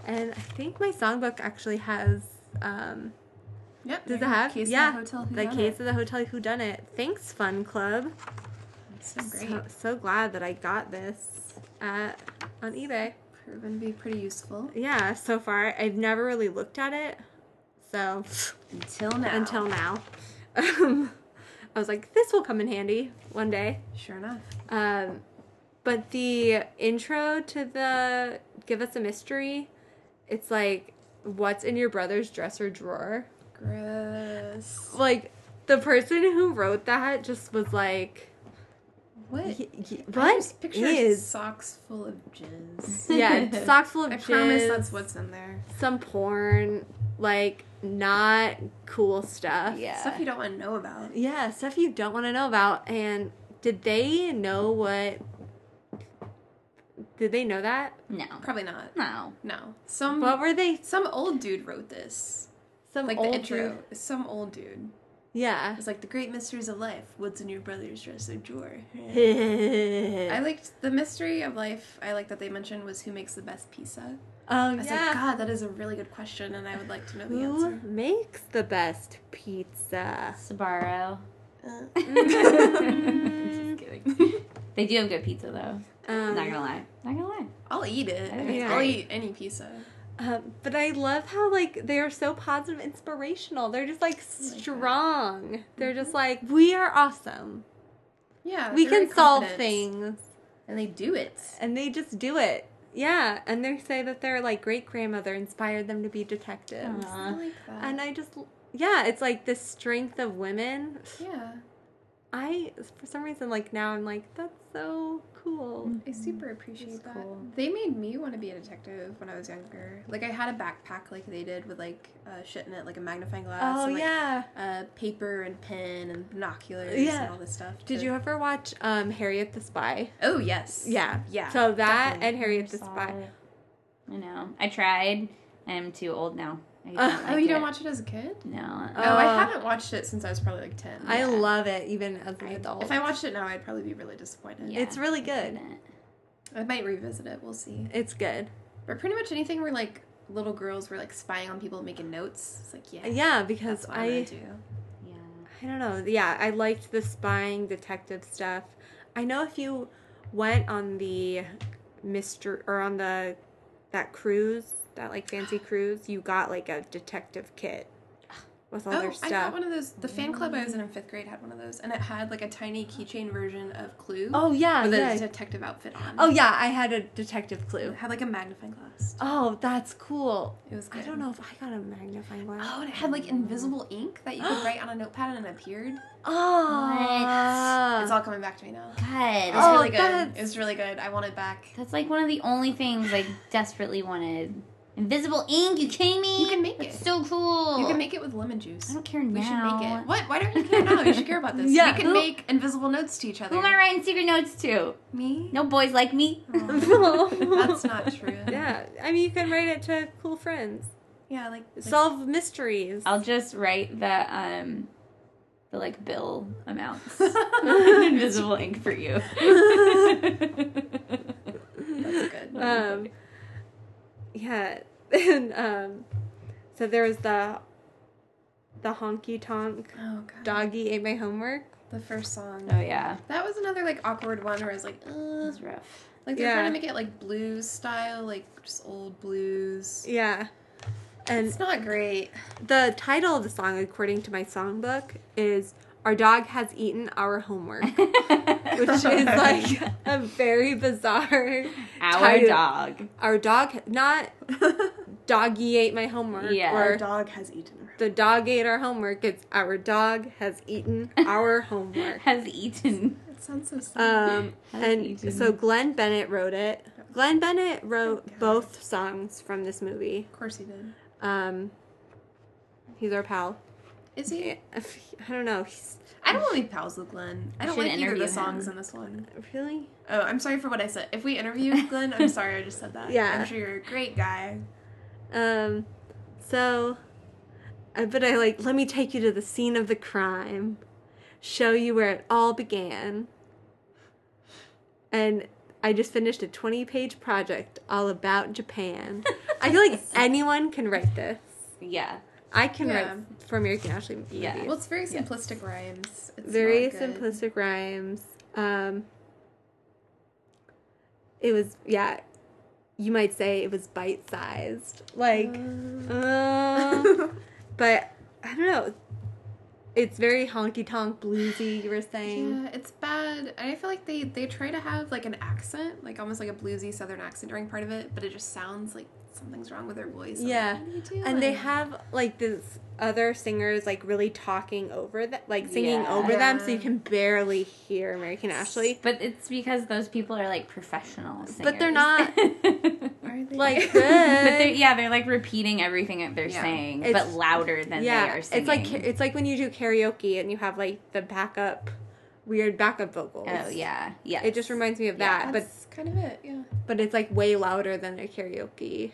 and I think my songbook actually has um, yep. does it there- have- Case of yeah, the hotel. the Whodunit. case of the Hotel Whodunit. Thanks, Fun Club. It's so great. So, so glad that I got this at on eBay. Proven to be pretty useful Yeah, so far I've never really looked at it, so until now. until now, um, I was like, this will come in handy one day. sure enough. Um, but the intro to the "Give Us a Mystery," it's like, "What's in your brother's dresser drawer?" Gross. Like, the person who wrote that just was like, What? y- y- I "What just picture is?" socks full of jizz? Yeah, socks full of I promise jizz, that's what's in there. some porn, like not cool stuff. Yeah. Stuff you don't want to know about. Yeah, stuff you don't want to know about. And did they know what? Did they know that? No. Probably not. No. No. Some What were they? some old dude wrote this. Some Um, Like old the intro. dude- Some old dude. Yeah. It's like the great mysteries of life. What's in your brother's dresser drawer? I I liked the mystery of life. I like that they mentioned was who makes the best pizza. oh I was like, Um, God, that is a really good question, and I would like to know the Who answer. makes the best pizza? Sabaro. uh, Mm. They do have good pizza though. Um, Not gonna lie. Not gonna lie. I'll eat it. I mean, Yeah. I'll eat any pizza. um, but I love how like they are so positive, inspirational. They're just like Oh strong. They're just like we are awesome. Mm-hmm. Yeah, we they're very can solve confident. things, and they do it. and they just do it. Yeah, and they say that their like great grandmother inspired them to be detectives. Aw. I like that. And I just yeah, it's like the strength of women. yeah, I for some reason like now I'm like that's so cool. I Mm, super appreciate That's that. cool. They made me want to be a detective when I was younger. Like I had a backpack like they did with like uh, shit in it, like a magnifying glass. Oh and, like, yeah. uh, paper and pen and binoculars Yeah. and all this stuff. Did to- you ever watch um Harriet the Spy? Oh yes. Yeah. Yeah. So that definitely. and Harriet the Never saw Spy. it. I know. I tried. I'm too old now. I just Uh, don't oh, like you don't it. watch it as a kid? No. Oh, Oh. I haven't watched it since I was probably like ten. I Yeah. love it even as an I- adult. If I watched it now, I'd probably be really disappointed. Yeah. It's really good. I might revisit it. We'll see. It's good. But pretty much anything where like little girls were like spying on people, and making notes. It's like yeah, Yeah, because that's what I, I want to do. Yeah. I don't know. Yeah, I liked the spying detective stuff. I know if you went on the Mister or on the that cruise, that like fancy cruise, you got like a detective kit with all Oh, their I got stuff. Mm. one of those. The fan club I was in in fifth grade had one of those, and it had like a tiny keychain version of Clue Oh yeah, with yeah. a detective outfit on. Oh yeah, I had a detective It clue. had like a magnifying glass. Oh, that's cool. It was. Good. I don't know if I got a magnifying glass. Oh, and it had like invisible ink that you could write on a notepad and it appeared. Oh, It's all coming back to me now. It was God. Oh, really good. that's- It was really good. I want it back. That's like one of the only things I desperately wanted. Invisible ink? You kidding me? You can make it. That's so cool. You can make it with lemon juice. I don't care We should now. make it. What? Why don't you care now? You should care about this. Yeah. We can Who- make invisible notes to each other. Who am I writing secret notes to? Me? No boys like me. That's not true. yeah, I mean you can write it to cool friends. Yeah, like, like Solve mysteries. I'll just write the um the like bill amounts. Invisible ink for you. Oh, That's good. um, yeah, and um, so there was the the honky tonk oh god. doggy ate my homework. The first song. oh yeah. That was another like awkward one where I was like, uh, That's rough. like they're Yeah. trying to make it like blues style, like just old blues. Yeah, and It's not great. the title of the song, according to my songbook, is "Our dog has eaten our homework," which is like a very bizarre. Our Tired. dog. Our dog, not doggy ate my homework, Yeah. or dog has eaten. the dog ate our homework. It's our dog has eaten our homework. Has eaten. It sounds so sad. Um, Has and eaten. so Glenn Bennett wrote it. Glenn Bennett wrote both songs from this movie. of course he did. Um, he's our pal. Is I he? don't know. He's I don't want to be pals with Glenn. I don't should like either of the interview songs him. in this one. really. Oh, I'm sorry for what I said. If we interview Glenn, I'm sorry I just said that. Yeah. I'm sure you're a great guy. Um, so I but I like let me take you to the scene of the crime, show you where it all began. And I just finished a 20-page project all about Japan. I feel like anyone can write this. Yeah. I can Yeah. write from your Ashley movies. Yeah. Well, it's very simplistic rhymes. It's very not good. simplistic rhymes. Um, it was yeah, you might say it was bite sized, like, Um, uh, but I don't know. It's very honky tonk bluesy. You were saying Yeah, it's bad. And I feel like they they try to have like an accent, like almost like a bluesy southern accent during part of it, but it just sounds like something's wrong with their voice. I'm like, Yeah. what are you doing? and they have like this other singers like really talking over that, like singing Yeah. over them, so Yeah. you can barely hear American Ashley. But it's because those people are like professional singers. But they're not- Are they- Like this, But they're, yeah, they're like repeating everything that they're Yeah. saying, It's- but louder than they are singing. It's like it's like when you do karaoke and you have like the backup weird backup vocals. oh yeah, yeah. It just reminds me of Yeah. that, but that's kind of it. Yeah, but it's like way louder than a karaoke.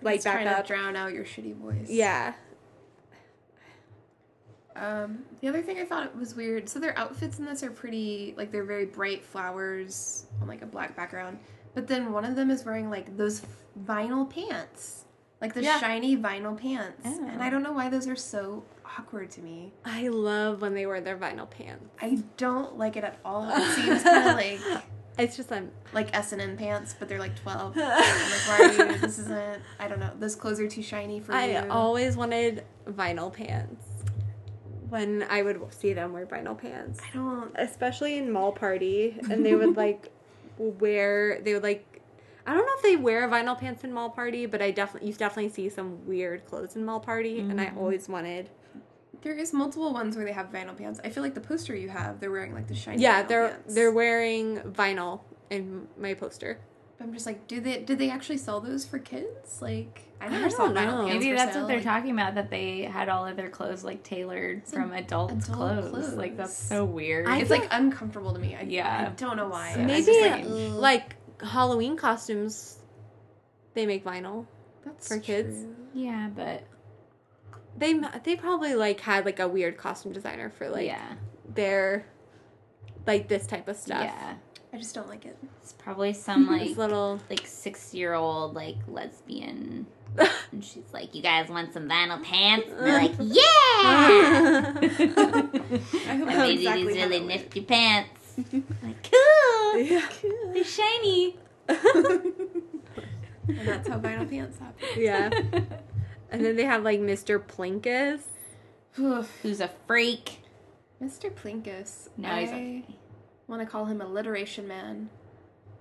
Like It's trying backup. to drown out your shitty voice. Yeah. Um, the other thing I thought was weird. So their outfits in this are pretty like they're very bright flowers on like a black background. But then one of them is wearing like those vinyl pants, like the Yeah. shiny vinyl pants. Oh. And I don't know why those are so awkward to me. I love when they wear their vinyl pants. I don't like it at all. It seems kind of like It's just um like S and M pants, but they're like twelve. I'm like, why are you? This isn't. I don't know. Those clothes are too shiny for you. I always wanted vinyl pants. When I would see them wear vinyl pants. I don't. especially in mall party and they would like wear they would like I don't know if they wear vinyl pants in mall party, but I definitely you definitely see some weird clothes in mall party, and I always wanted. There is multiple ones where they have vinyl pants. I feel like the poster you have, they're wearing like the shiny. Yeah, vinyl they're pants. they're wearing vinyl in my poster. I'm just like, do they did they actually sell those for kids? Like, I never don't saw vinyl know. pants. Maybe for that's sale. what they're like, talking about. That they had all of their clothes like tailored from adult, adult clothes. clothes. Like that's so weird. I It's feel- like uncomfortable to me. I, Yeah. I don't know why. So I'm Maybe just strange. like, ugh. like Halloween costumes, they make vinyl that's for kids. true. yeah, but They they probably like had like a weird costume designer for like yeah, their like this type of stuff. yeah. I just don't like it. It's probably some This like little like six year old like lesbian, and she's like, "You guys want some vinyl pants?" And they're like, "Yeah." I hope And that's they do exactly these how really that went. nifty pants. like cool. Yeah. They're shiny. And that's how vinyl pants happen. Yeah. And then they have like Mr. Plinkus. Who's a freak? Mr. Plinkus. No, I he's a want to call him alliteration man.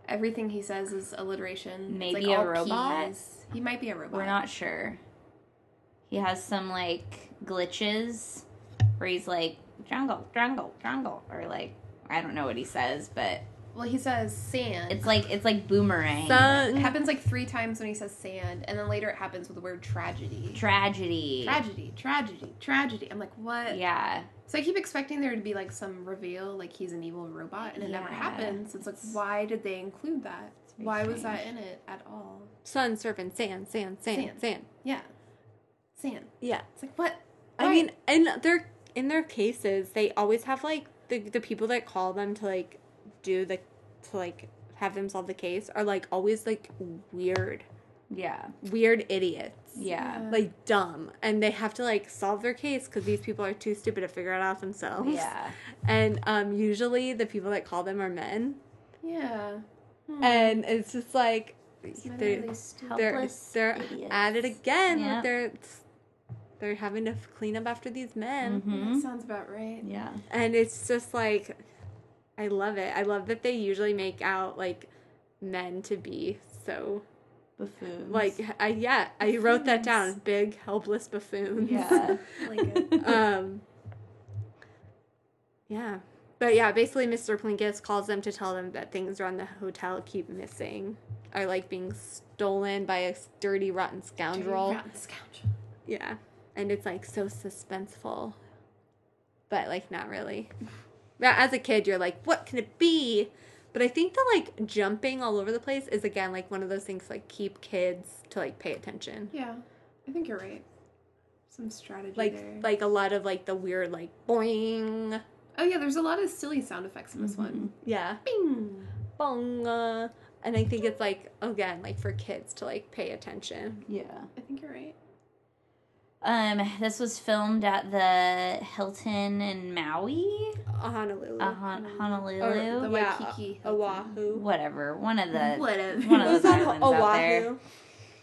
Everything he says is alliteration. It's Maybe a all robot? Ps. He might be a robot. We're not sure. He has some like glitches where he's like jungle, jungle, jungle, or like I don't know what he says, but Well, he says sand. it's like it's like boomerang It Sun. happens like three times when he says sand, and then later it happens with the word tragedy. tragedy. tragedy, tragedy, tragedy. I'm like, what? Yeah, So I keep expecting there to be like some reveal, like he's an evil robot, and it never Yeah. happens. It's like, why did they include that? very Why was that in it at all? Sun, serpent, sand, sand, sand, sand. Sand. Yeah, sand. Yeah. It's like what? I Why? mean, in their in their cases, they always have like the the people that call them to like do the to like have them solve the case are like always like weird, yeah, weird idiots. yeah, Like dumb, and they have to like solve their case because these people are too stupid to figure it out themselves. yeah. and um, usually the people that call them are men, yeah. Mm. Hmm. and it's just like Men are they- really stupid. they're Helpless they're idiots. at it again Yeah. with their they're having to clean up after these men hmm That sounds about right. Yeah, and it's just like i love it i love that they usually make out like men to be so buffoons. like i yeah i wrote that down big helpless buffoons yeah, Like it. um yeah but yeah basically mr plinkus calls them to tell them that things around the hotel keep missing are like being stolen by a dirty rotten scoundrel Rotten scoundrel. Yeah. And it's like so suspenseful. But like not really. But as a kid you're like, what can it be? But I think the like jumping all over the place is again like one of those things like keep kids to like pay attention. Yeah, I think you're right. Some strategy like there. like a lot of like the weird like boing. oh yeah, there's a lot of silly sound effects in this one. Yeah. Mm-hmm. Bing. Bong. uh, And I think it's like again like for kids to like pay attention. Yeah. I think you're right. Um, this was filmed at the Hilton in Maui, Uh, Honolulu. uh, Hon- Or Honolulu, the yeah, Waikiki uh, Oahu. whatever. One of the Whatever. one It of was those on islands out there. Oahu.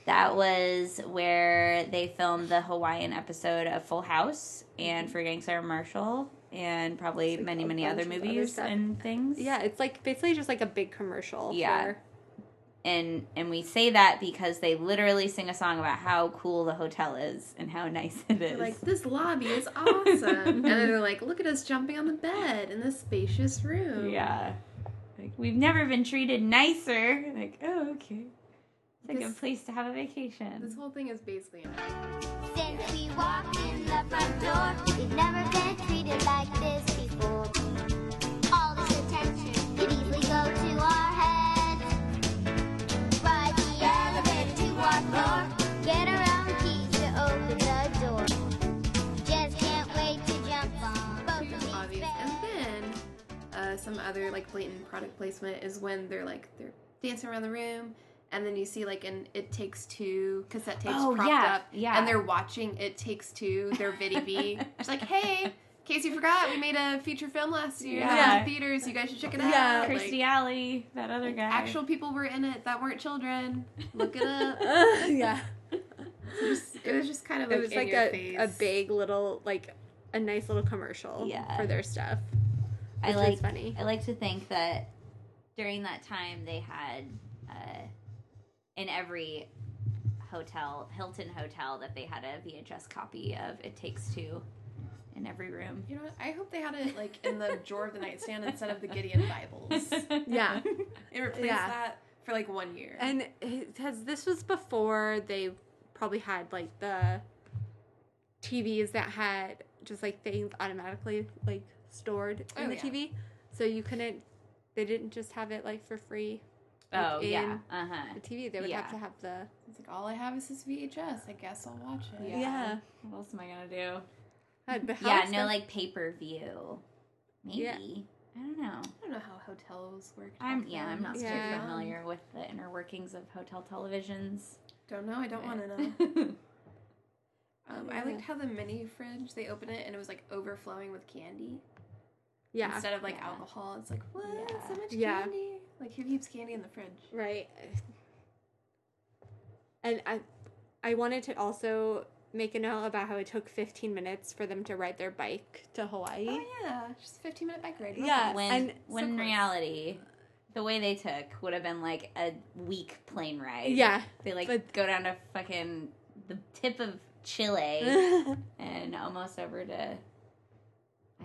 That was where they filmed the Hawaiian episode of Full House and For Getting Sarah Marshall and probably like many a many other bunch of other movies stuff. and things. Yeah, it's like basically just like a big commercial. Yeah. for- and and we say that because they literally sing a song about how cool the hotel is and how nice it is. They're like, this lobby is awesome. and then they're like, look at us jumping on the bed in this spacious room. yeah, like we've never been treated nicer. Like, oh okay, it's like a This- good place to have a vacation. This whole thing is basically an Since we walked in the front door, we've never been treated like this before. All this attention could easily go to our heads. Ride the elevator to our floor, get our own keys to open the door. Just can't wait to jump on both of these obvious. beds. And then uh, some other like blatant product placement is when they're like they're dancing around the room, and then you see like an It Takes Two cassette tapes Oh, propped yeah, up, yeah. and they're watching It Takes Two. Their Viddy B. It's like, hey, in case you forgot, we made a feature film last year Yeah. in theaters. You guys should check it out. Yeah. Like, Kirstie Alley, that other guy. actual people were in it that weren't children. Look it up. yeah. It was- it was just kind of like it was in like your a, face. a big little like a nice little commercial Yeah. for their stuff. I Which was like funny. I like to think that during that time they had uh, in every hotel Hilton hotel that they had a VHS copy of It Takes Two in every room. You know, what? I hope they had it like in the drawer of the nightstand instead of the Gideon Bibles. Yeah. It replaced Yeah. that for like one year. And because this was before they probably had like the TVs that had just like things automatically like stored in Oh, the yeah. TV, so you couldn't. They didn't just have it like for free. like, Oh in yeah. Uh huh. the TV. They would Yeah. have to have the it's like all I have is this VHS. I guess I'll watch it. Yeah. What else am I gonna do? I'd be- how yeah, no expensive- like pay per view. Maybe. Yeah. I don't know. I don't know how hotels work. I'm yeah, I'm not super Yeah. familiar with the inner workings of hotel televisions. Don't know. I don't want to know. know. Um, I liked how the mini fridge they open it and it was like overflowing with candy yeah, instead of like Yeah. alcohol. It's like what? Yeah. So much Yeah. candy. Like who keeps candy in the fridge? right. And I, I wanted to also make a note about how it took 15 minutes for them to ride their bike to Hawaii. Oh yeah, just a 15 minute bike ride. Yeah. when and when Uh, so in close. reality the way they took would have been like a week plane ride Yeah. they like but- go down to fucking the tip of chile yeah. and almost over to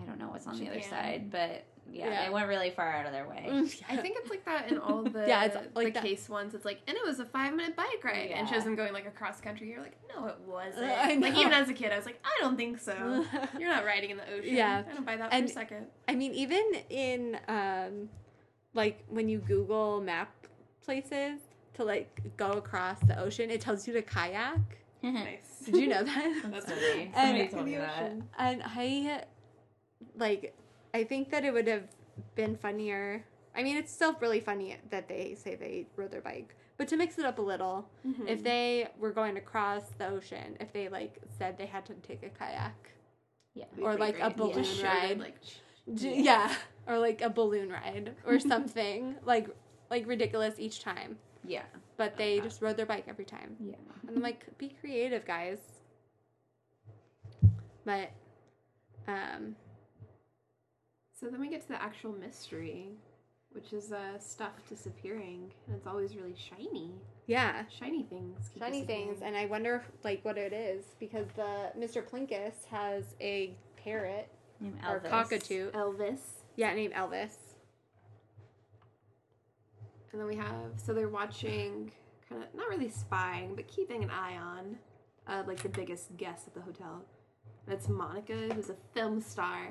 i don't know what's on the other Japan. side but yeah, Yeah. they went really far out of their way I think it's like that in all the Yeah, it's like the that. case ones. It's like, and it was a five minute bike ride, and it Yeah. shows them going like across country. You're like, no, it wasn't. Uh, I like know. Uh. even as a kid, I was like, I don't think so. You're not riding in the ocean. Yeah. I don't buy that And- for a second. I mean, even in um, like when you Google map places to like go across the ocean, it tells you to kayak. Nice. Did you know that? That's funny. And- Somebody told me that. And I, like, I think that it would have been funnier. I mean, it's still really funny that they say they rode their bike, but to mix it up a little, Hmm. if they were going across the ocean, if they like said they had to take a kayak, yeah or like a We'd balloon just show them, ride, Like, J- yeah, or like a balloon ride or something like like ridiculous each time. yeah But they just rode their bike every time. yeah And I'm like, be creative, guys. But, um, so then we get to the actual mystery, which is uh, stuff disappearing, and it's always really shiny. yeah, Shiny things. keep shiny things. disappearing. And I wonder, like, what it is because the Mr. Plinkus has a parrot Name or Elvis. cockatoo. Elvis. Yeah, named Elvis. And then we have so they're watching kind of not really spying, but keeping an eye on uh, like the biggest guest at the hotel. And it's Monica, who's a film star,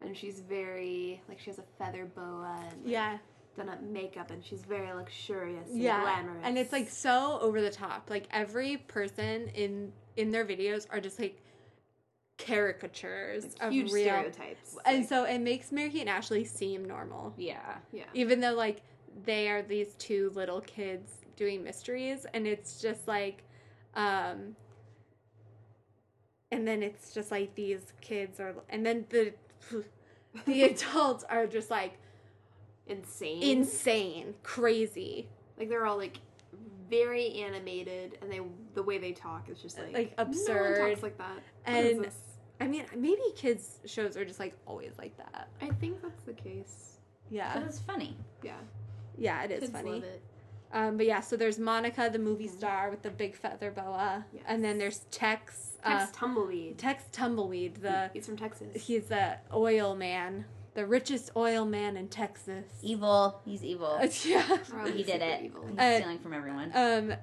and she's very like she has a feather boa and like, Yeah, done up makeup, and she's very luxurious, and yeah. glamorous, And it's like so over the top. Like every person in in their videos are just like caricatures of huge real. stereotypes. And so it makes Mary and Ashley seem normal, Yeah. yeah. even though like they are these two little kids doing mysteries, and it's just like, um, and then it's just like these kids are, and then the the adults are just like Insane. insane, crazy, like they're all like very animated, and they the way they talk is just like like No one absurd. talks like that. What is and this? I mean, maybe kids shows are just like always like that. I think that's the case. Yeah, But it's funny. Yeah, yeah, it is kids funny. love it. Mm-hmm. Um, but yeah, so there's Monica, the movie star with the big feather boa, and then there's Tex, uh, Tex Hmm. Tumbleweed. Tex Tumbleweed. The He's from Texas. he's the oil man, the richest oil man in Texas. Evil. He's evil. yeah. Probably he did super it. evil. He's Uh, stealing from everyone. Um,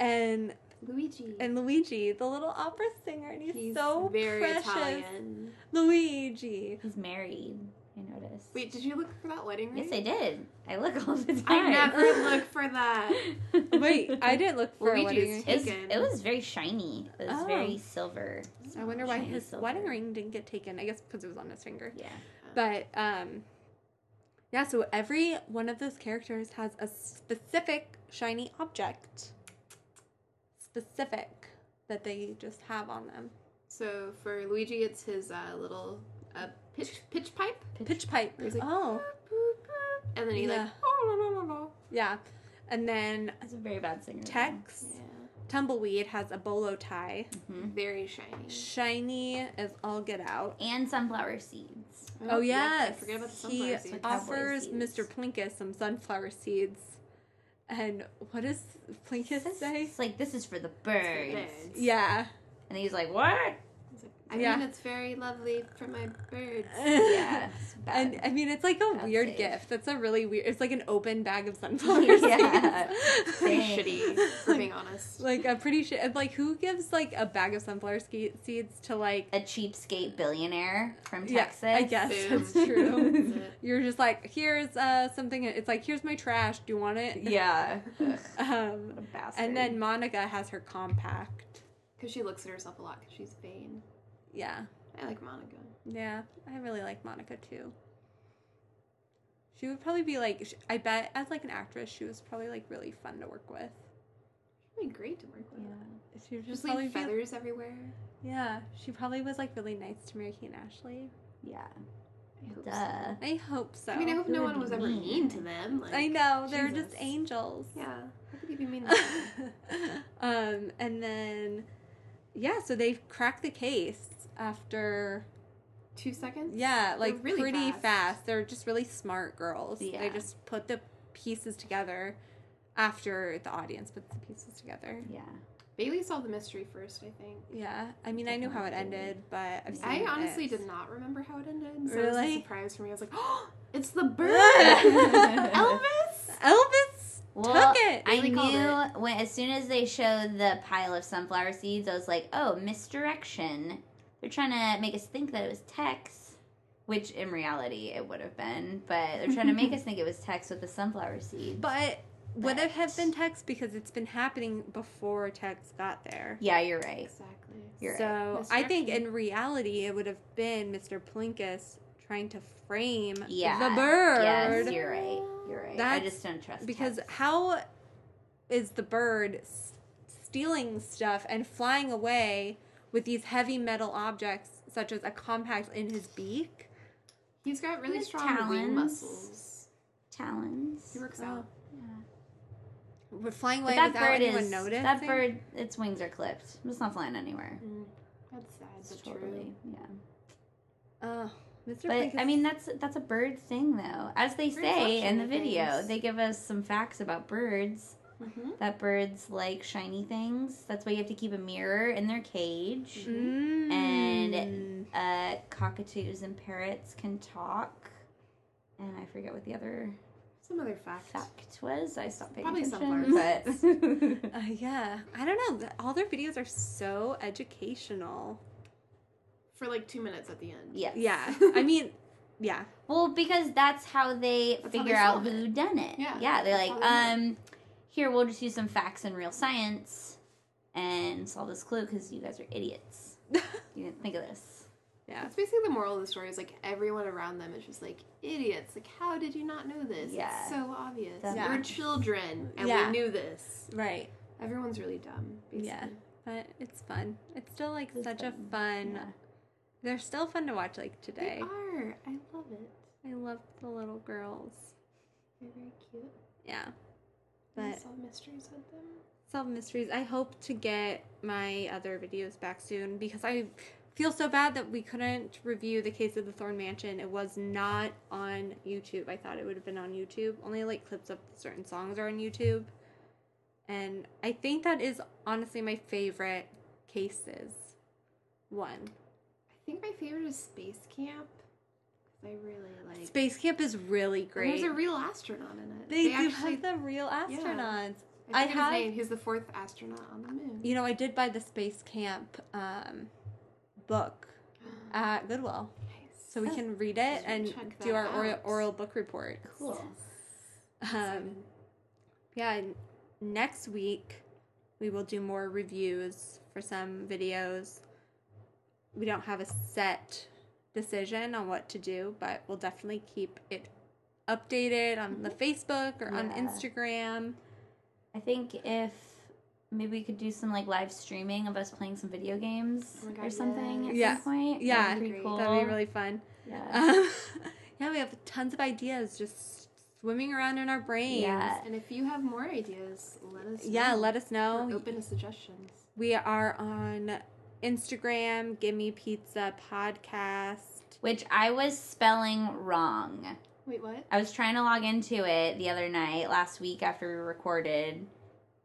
and Luigi. and Luigi, the little opera singer, and he's, He's so very precious. Italian. Luigi. He's married. I noticed. Wait, did you look for that wedding ring? Yes, I did. I look all the time. I never look for that. Wait, I didn't look for a Luigi's wedding ring. his- It's, taken. it was very shiny. It was Oh. very silver. I wonder why Shiny his silver. wedding ring didn't get taken. I guess because it was on his finger. Yeah. But um yeah, so every one of those characters has a specific shiny object. Specific that they just have on them. So for Luigi, it's his uh, little uh, pitch pitch pipe, Pitch pipe. It's like- oh, and then he like Yeah. oh no no no no. yeah. And then It's a very bad singer. though. Tex Tumbleweed has a bolo tie. Mhm. Very shiny. Shiny as all get out. And sunflower seeds. Oh, yes. I forget about the he sunflower seeds. cowboy offers seeds. Mr. Plinkus some sunflower seeds. And what does Plinkus This- say? It's like this is for the Birds. birds. Yeah. And he's like, what? He's like, I Yeah. mean, it's very lovely for my birds. Yeah. it's bad. And I mean, it's like a Bad weird save. gift. That's a really weird. It's like an open bag of sunflowers. Yeah. Pretty Same. shitty, for being honest. like a pretty shit. Like who gives like a bag of sunflower ske- seeds to like? a cheapskate billionaire from Yeah, Texas. I guess Boom. that's true. That's it. You're just like, here's uh something. It's like, here's my trash. Do you want it? yeah. Ugh, Um, what a bastard. and then Monica has her compact. Because she looks at herself a lot because she's vain. Yeah, I like Monica. yeah. I really like Monica too. She would probably be like, sh- I bet as like an actress, she was probably like really fun to work with. She'd be great to work with. Yeah. She would Just just probably leave be feathers everywhere. Yeah, she probably was like really nice to Mary Kate and Ashley. Yeah. I hope so. Duh. I hope so. I mean, I hope It no would one be was ever mean. mean to them. Like, I know they're just Jesus. angels. Yeah. How could you be mean to them? um, and then yeah, so they've cracked the case after Two seconds? yeah, like really pretty fast. fast. They're just really smart girls. Yeah. They just put the pieces together after the audience puts the pieces together. Yeah. Bailey solved the mystery first, I think. Yeah, I mean, I knew how it Definitely. ended, but I've seen I honestly it. did not remember how it ended. So it was Really? a surprise for me. I was like, oh, it's the bird! Elvis? Elvis Well, took it. I Really called knew when as soon as they showed the pile of sunflower seeds, I was like, "Oh, misdirection! They're trying to make us think that it was Tex, which in reality it would have been, but they're trying to make us think it was Tex with the sunflower seed." But would it have But- been Tex because it's been happening before Tex got there? yeah, you're right. exactly. You're right. so I think Misdirection. in reality it would have been Mr. Plinkus trying to frame Yeah, the bird Yes, you're right. You're right. I That's- just don't trust because Tex. how is the bird s- stealing stuff and flying away with these heavy metal objects such as a compact in his beak? He's got really His strong talons. wing muscles. talons. He works Oh. out. Would flying But away that without bird anyone is noticing? that bird. Its wings are clipped. It's not flying anywhere. Mm. That's sad, It's but totally. Yeah. Oh, Mr. But Plinkus. I mean, that's that's a bird thing, though. As they say love in the shiny video, things. they give us some facts about birds. true. hmm That birds like shiny things. That's why you have to keep a mirror in their Mm. cage. Mm-hmm. And- Uh, cockatoos and parrots can talk. And I forget what the other Some other fact. fact was. I stopped paying Probably attention. Uh, But yeah, I don't know. th- All their videos are so educational. For like two minutes at the end. yes. Yeah, I mean, yeah, Well, because that's how they That's how figure they out solve it. who done it. Yeah, yeah. They're that's like, how they um, here we'll just use some facts and real science and solve this clue because you guys are idiots. You didn't think of this. Yeah. That's basically the moral of the story is like everyone around them is just like idiots. Like, how did you not know this? Yeah. It's so obvious. Dumb. Yeah. We're children and Yeah. we knew this. Right. Everyone's really dumb, basically. Yeah. But it's fun. It's still like It's such fun. a fun. Yeah. They're still fun to watch like They today. are. I love it. I love the little girls. They're very cute. Yeah. And But- I solve mysteries with them. Solve mysteries. I hope to get my other videos back soon because I feel so bad that we couldn't review the case of the Thorn Mansion. It was not on YouTube. I thought it would have been on YouTube. Only like clips of certain songs are on YouTube. And I think that is honestly my favorite cases one. I think my favorite is Space Camp. 'cause I really like Space Camp is really And great. There's a real astronaut in it. They, do have the real astronauts. I I, forget had- his name. He's the fourth astronaut on the moon. You know, I did buy the Space Camp um, book at Goodwill, Nice. so we Oh. can read it Should and check do our that oral, out. oral book report. Cool. Um, yeah, and next week we will do more reviews for some videos. We don't have a set decision on what to do, but we'll definitely keep it updated on Mm-hmm. the Facebook or on Yeah. Instagram. I think if maybe we could do some like live streaming of us playing some video games Oh my or God, something at yes. some point. Yeah. That'd be That'd be pretty cool. That'd be really fun. yeah. Um, yeah, we have tons of ideas just swimming around in our brains. yeah. and if you have more ideas, let us. Yeah, know. let us We're know. open to suggestions. We are on Instagram, Gimme Pizza Podcast. Which I was spelling wrong. Wait, what? I was trying to log into it the other night, last week after we recorded,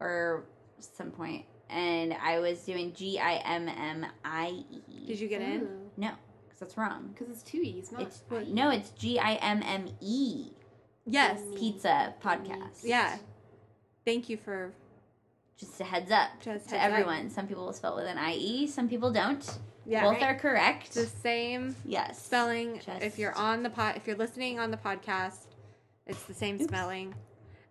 or some point, and I was doing G I M M I E. Did you get in? No, because that's wrong. Because Oh. it's two E's, not. It's no, it's G I M M E E. Yes. Gimme. Pizza Podcast. Yeah. Thank you for Just a heads up Just to heads up. everyone. Some people will spell it with an I E. Some people don't. yeah. Both right. are correct. the same yes. spelling. Just- If you're on the pod, if you're listening on the podcast, it's the same spelling.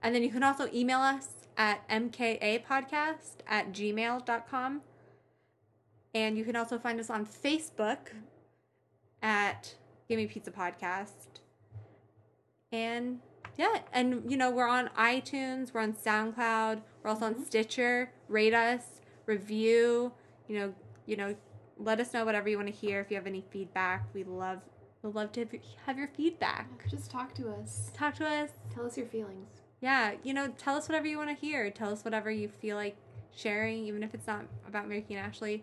And then you can also email us at mkapodcast at gmail.com. And you can also find us on Facebook at Gimme Pizza Podcast. And yeah, and you know, we're on iTunes, we're on SoundCloud, we're also on Stitcher. Rate us, review, you know, you know, let us know whatever you want to hear. If you have any feedback, we love we love to have- have your feedback. Just talk to us. Talk to us. Tell us your feelings. Yeah, you know, tell us whatever you want to hear. Tell us whatever you feel like sharing, even if it's not about Ricky and Ashley.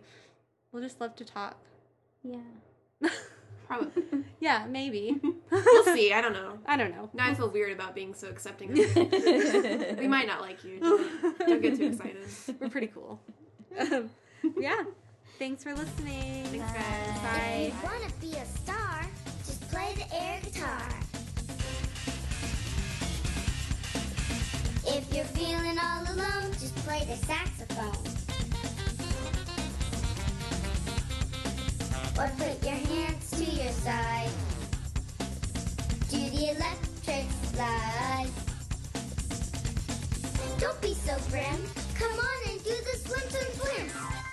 We'll just love to talk. Yeah. Probably. yeah, maybe. we'll see. I don't know. I don't know. Now I feel weird about being so accepting. of people. we might not like you. Don't, don't get too excited. We're pretty cool. Um, yeah. Thanks for listening. Thanks, guys. Bye. If you wanna be a star, just play the air guitar. If you're feeling all alone, just play the saxophone. Or put your hands to your side. Do the electric slide. Don't be so grim. Come on and do the swim, swim, swim.